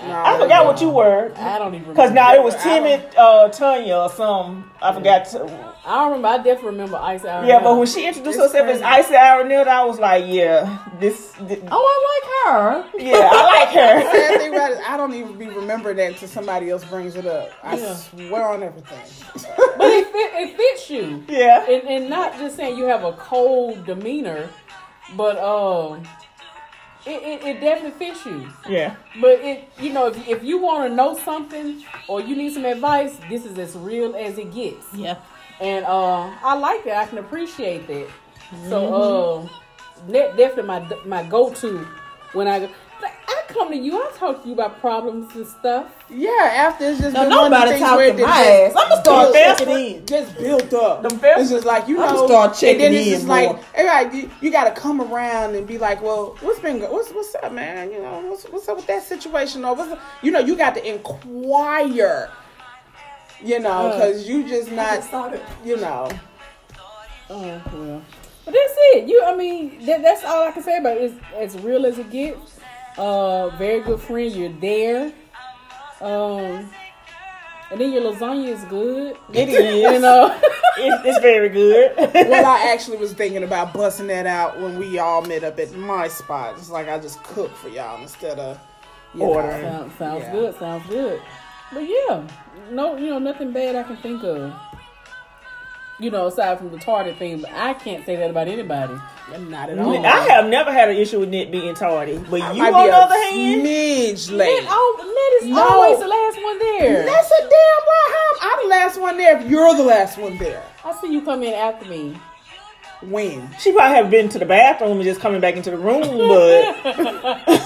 Speaker 3: I forgot what you were.
Speaker 4: I don't even remember.
Speaker 3: Cause now it was timid uh, Tanya or some. I forgot. To,
Speaker 4: I don't remember. I definitely remember Ice Hour.
Speaker 3: yeah, but when she introduced
Speaker 4: It's
Speaker 3: herself as Icy Aranilda, I was like, yeah, this. thi-
Speaker 5: Oh, I like her.
Speaker 3: yeah, I like her.
Speaker 2: Sad thing about it, I don't even be remembering that until somebody else brings it up. I swear on everything.
Speaker 4: But it, fit, it fits you.
Speaker 3: Yeah,
Speaker 4: And, and not just saying you have a cold demeanor, but um, it, it, it definitely fits you.
Speaker 3: yeah,
Speaker 4: But it, you know, if, if you want to know something or you need some advice, this is as real as it gets.
Speaker 5: Yeah.
Speaker 4: And uh, I like that. I can appreciate that. So uh, that definitely my my go to when I go. Like, I come to you. I talk to you about problems and stuff.
Speaker 2: Yeah, after it's just
Speaker 5: No,
Speaker 2: been one of the
Speaker 5: nobody
Speaker 2: things
Speaker 5: talk
Speaker 2: where
Speaker 5: to
Speaker 2: it
Speaker 5: my
Speaker 2: just-
Speaker 5: ass. I'ma start
Speaker 2: built-
Speaker 5: checking in.
Speaker 2: Just built up.
Speaker 3: The best-
Speaker 2: It's just like you know.
Speaker 5: I'ma start checking
Speaker 2: and then it's
Speaker 5: in
Speaker 2: just like,
Speaker 5: more.
Speaker 2: all right, you, you got to come around and be like, well, what's been, go- what's what's up, man? You know, what's what's up with that situation? Or what's, you know, you got to inquire. You know, because you just not, you know.
Speaker 4: But that's it. You, I mean, that, that's all I can say about it. It's as real as it gets. Uh, very good friend. You're there. Um, and then your lasagna is good.
Speaker 3: it is.
Speaker 4: You know,
Speaker 3: It's, it's very good.
Speaker 2: Well, I actually was thinking about busting that out when we all met up at my spot. It's like I just cook for y'all instead of you know.
Speaker 3: Ordering.
Speaker 4: Sounds, sounds
Speaker 2: Yeah.
Speaker 4: good. Sounds good. But yeah, no, you know, nothing bad I can think of. You know, aside from the tardy thing, but I can't say that about anybody.
Speaker 2: Not at all.
Speaker 3: I have never had an issue with Nick being tardy, but you
Speaker 2: Might
Speaker 3: on
Speaker 2: be
Speaker 3: the
Speaker 2: a
Speaker 3: other hand,
Speaker 2: smidge
Speaker 4: Ned,
Speaker 2: late.
Speaker 4: oh, Ned is
Speaker 2: No.
Speaker 4: always the last one there.
Speaker 2: That's a damn lie. How am I the last one there? If you're the last one there,
Speaker 4: I see you come in after me.
Speaker 2: when?
Speaker 3: she probably have been to the bathroom and just coming back into the room, but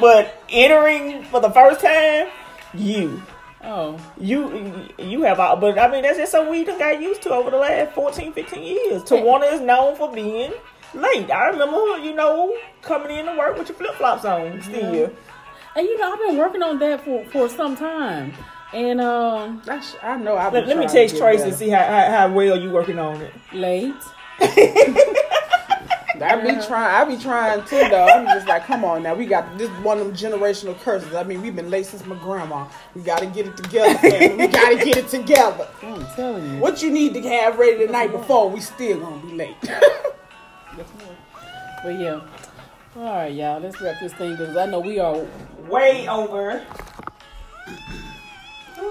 Speaker 3: but entering for the first time, you.
Speaker 4: Oh,
Speaker 3: You you have all, but I mean that's just something we done got used to over the last 14, 15 years. Tawana is known for being late. I remember you know coming in to work with your flip flops on still.
Speaker 4: and you know, I've been working on that for for some time, and um,
Speaker 2: I, sh- I know. I've been
Speaker 3: Let, let me
Speaker 2: trying to
Speaker 3: text
Speaker 2: get
Speaker 3: Trace and
Speaker 2: better.
Speaker 3: see how, how how well you working on it.
Speaker 4: late.
Speaker 2: I be trying. I be trying too, though. I'm just like, come on now. We got this one of them generational curses. I mean, we've been late since my grandma. We gotta get it together. Family. We gotta get it together.
Speaker 4: I'm telling you.
Speaker 2: What you need to have ready the night before, we still gonna be late.
Speaker 4: But yeah. All right, y'all. Let's wrap this thing because I know we are.
Speaker 3: Way over.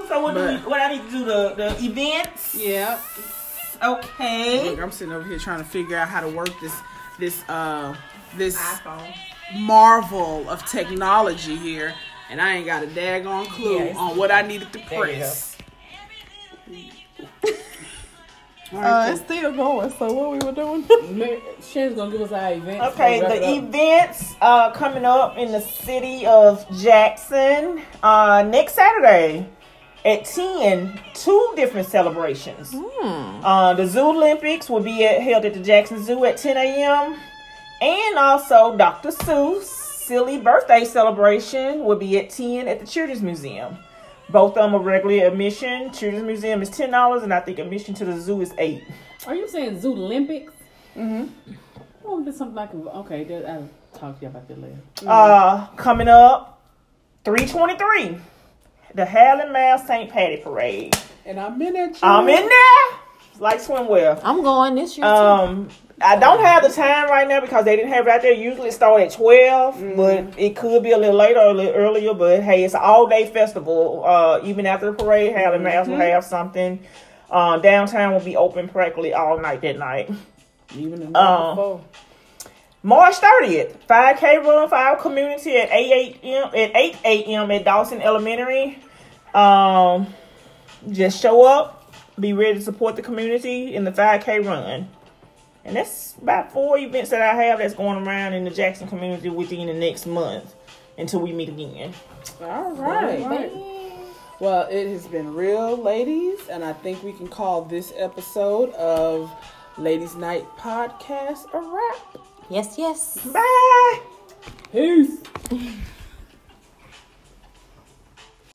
Speaker 3: So what do we, what I need to do the the events?
Speaker 2: yeah.
Speaker 3: Okay.
Speaker 2: Look, I'm sitting over here trying to figure out how to work this this uh this
Speaker 1: iPhone.
Speaker 2: marvel of technology here, and I ain't got a daggone clue on what I needed to press.
Speaker 5: Uh, it's still going. So what we were doing?
Speaker 4: Sharon's gonna give us our event.
Speaker 3: Okay,
Speaker 4: We'll wrap it
Speaker 3: the
Speaker 4: up.
Speaker 3: events uh, coming up in the city of Jackson uh, next Saturday at 10, two different celebrations. Uh, the Zoo Olympics will be at, held at the Jackson Zoo at 10 a.m. And also Dr. Seuss Silly Birthday Celebration will be at 10 at the Children's Museum. Both of them are regular admission. Children's Museum is $10, and I think admission to the zoo is 8
Speaker 4: Are you saying Zoo Olympics? Mm-hmm. Oh, there's something I can. Okay, there- I'll talk to you about that later.
Speaker 3: Uh, coming up, 323, the Highland Mound St. Patty Parade.
Speaker 2: And I'm in at you.
Speaker 3: I'm in there. It's like swimwear.
Speaker 5: I'm going this year.
Speaker 3: Um, I don't have the time right now because they didn't have it out there. Usually it start at 12,
Speaker 2: Mm-hmm.
Speaker 3: but it could be a little later or a little earlier. But hey, it's an all day festival. Uh, even after the parade, Highland Mounds
Speaker 2: Mm-hmm.
Speaker 3: will have something. Uh, downtown will be open practically all night that night.
Speaker 2: Even in
Speaker 3: Um, March 30th, 5K Run 5 Community at 8 a.m. at 8 a.m. at Dawson Elementary. Um, just show up, be ready to support the community in the 5K run. And that's about four events that I have that's going around in the Jackson community within the next month until we meet again.
Speaker 2: All right. Well, it has been real, ladies, and I think we can call this episode of Ladies Night Podcast a wrap.
Speaker 5: yes, yes.
Speaker 3: Bye.
Speaker 4: Peace.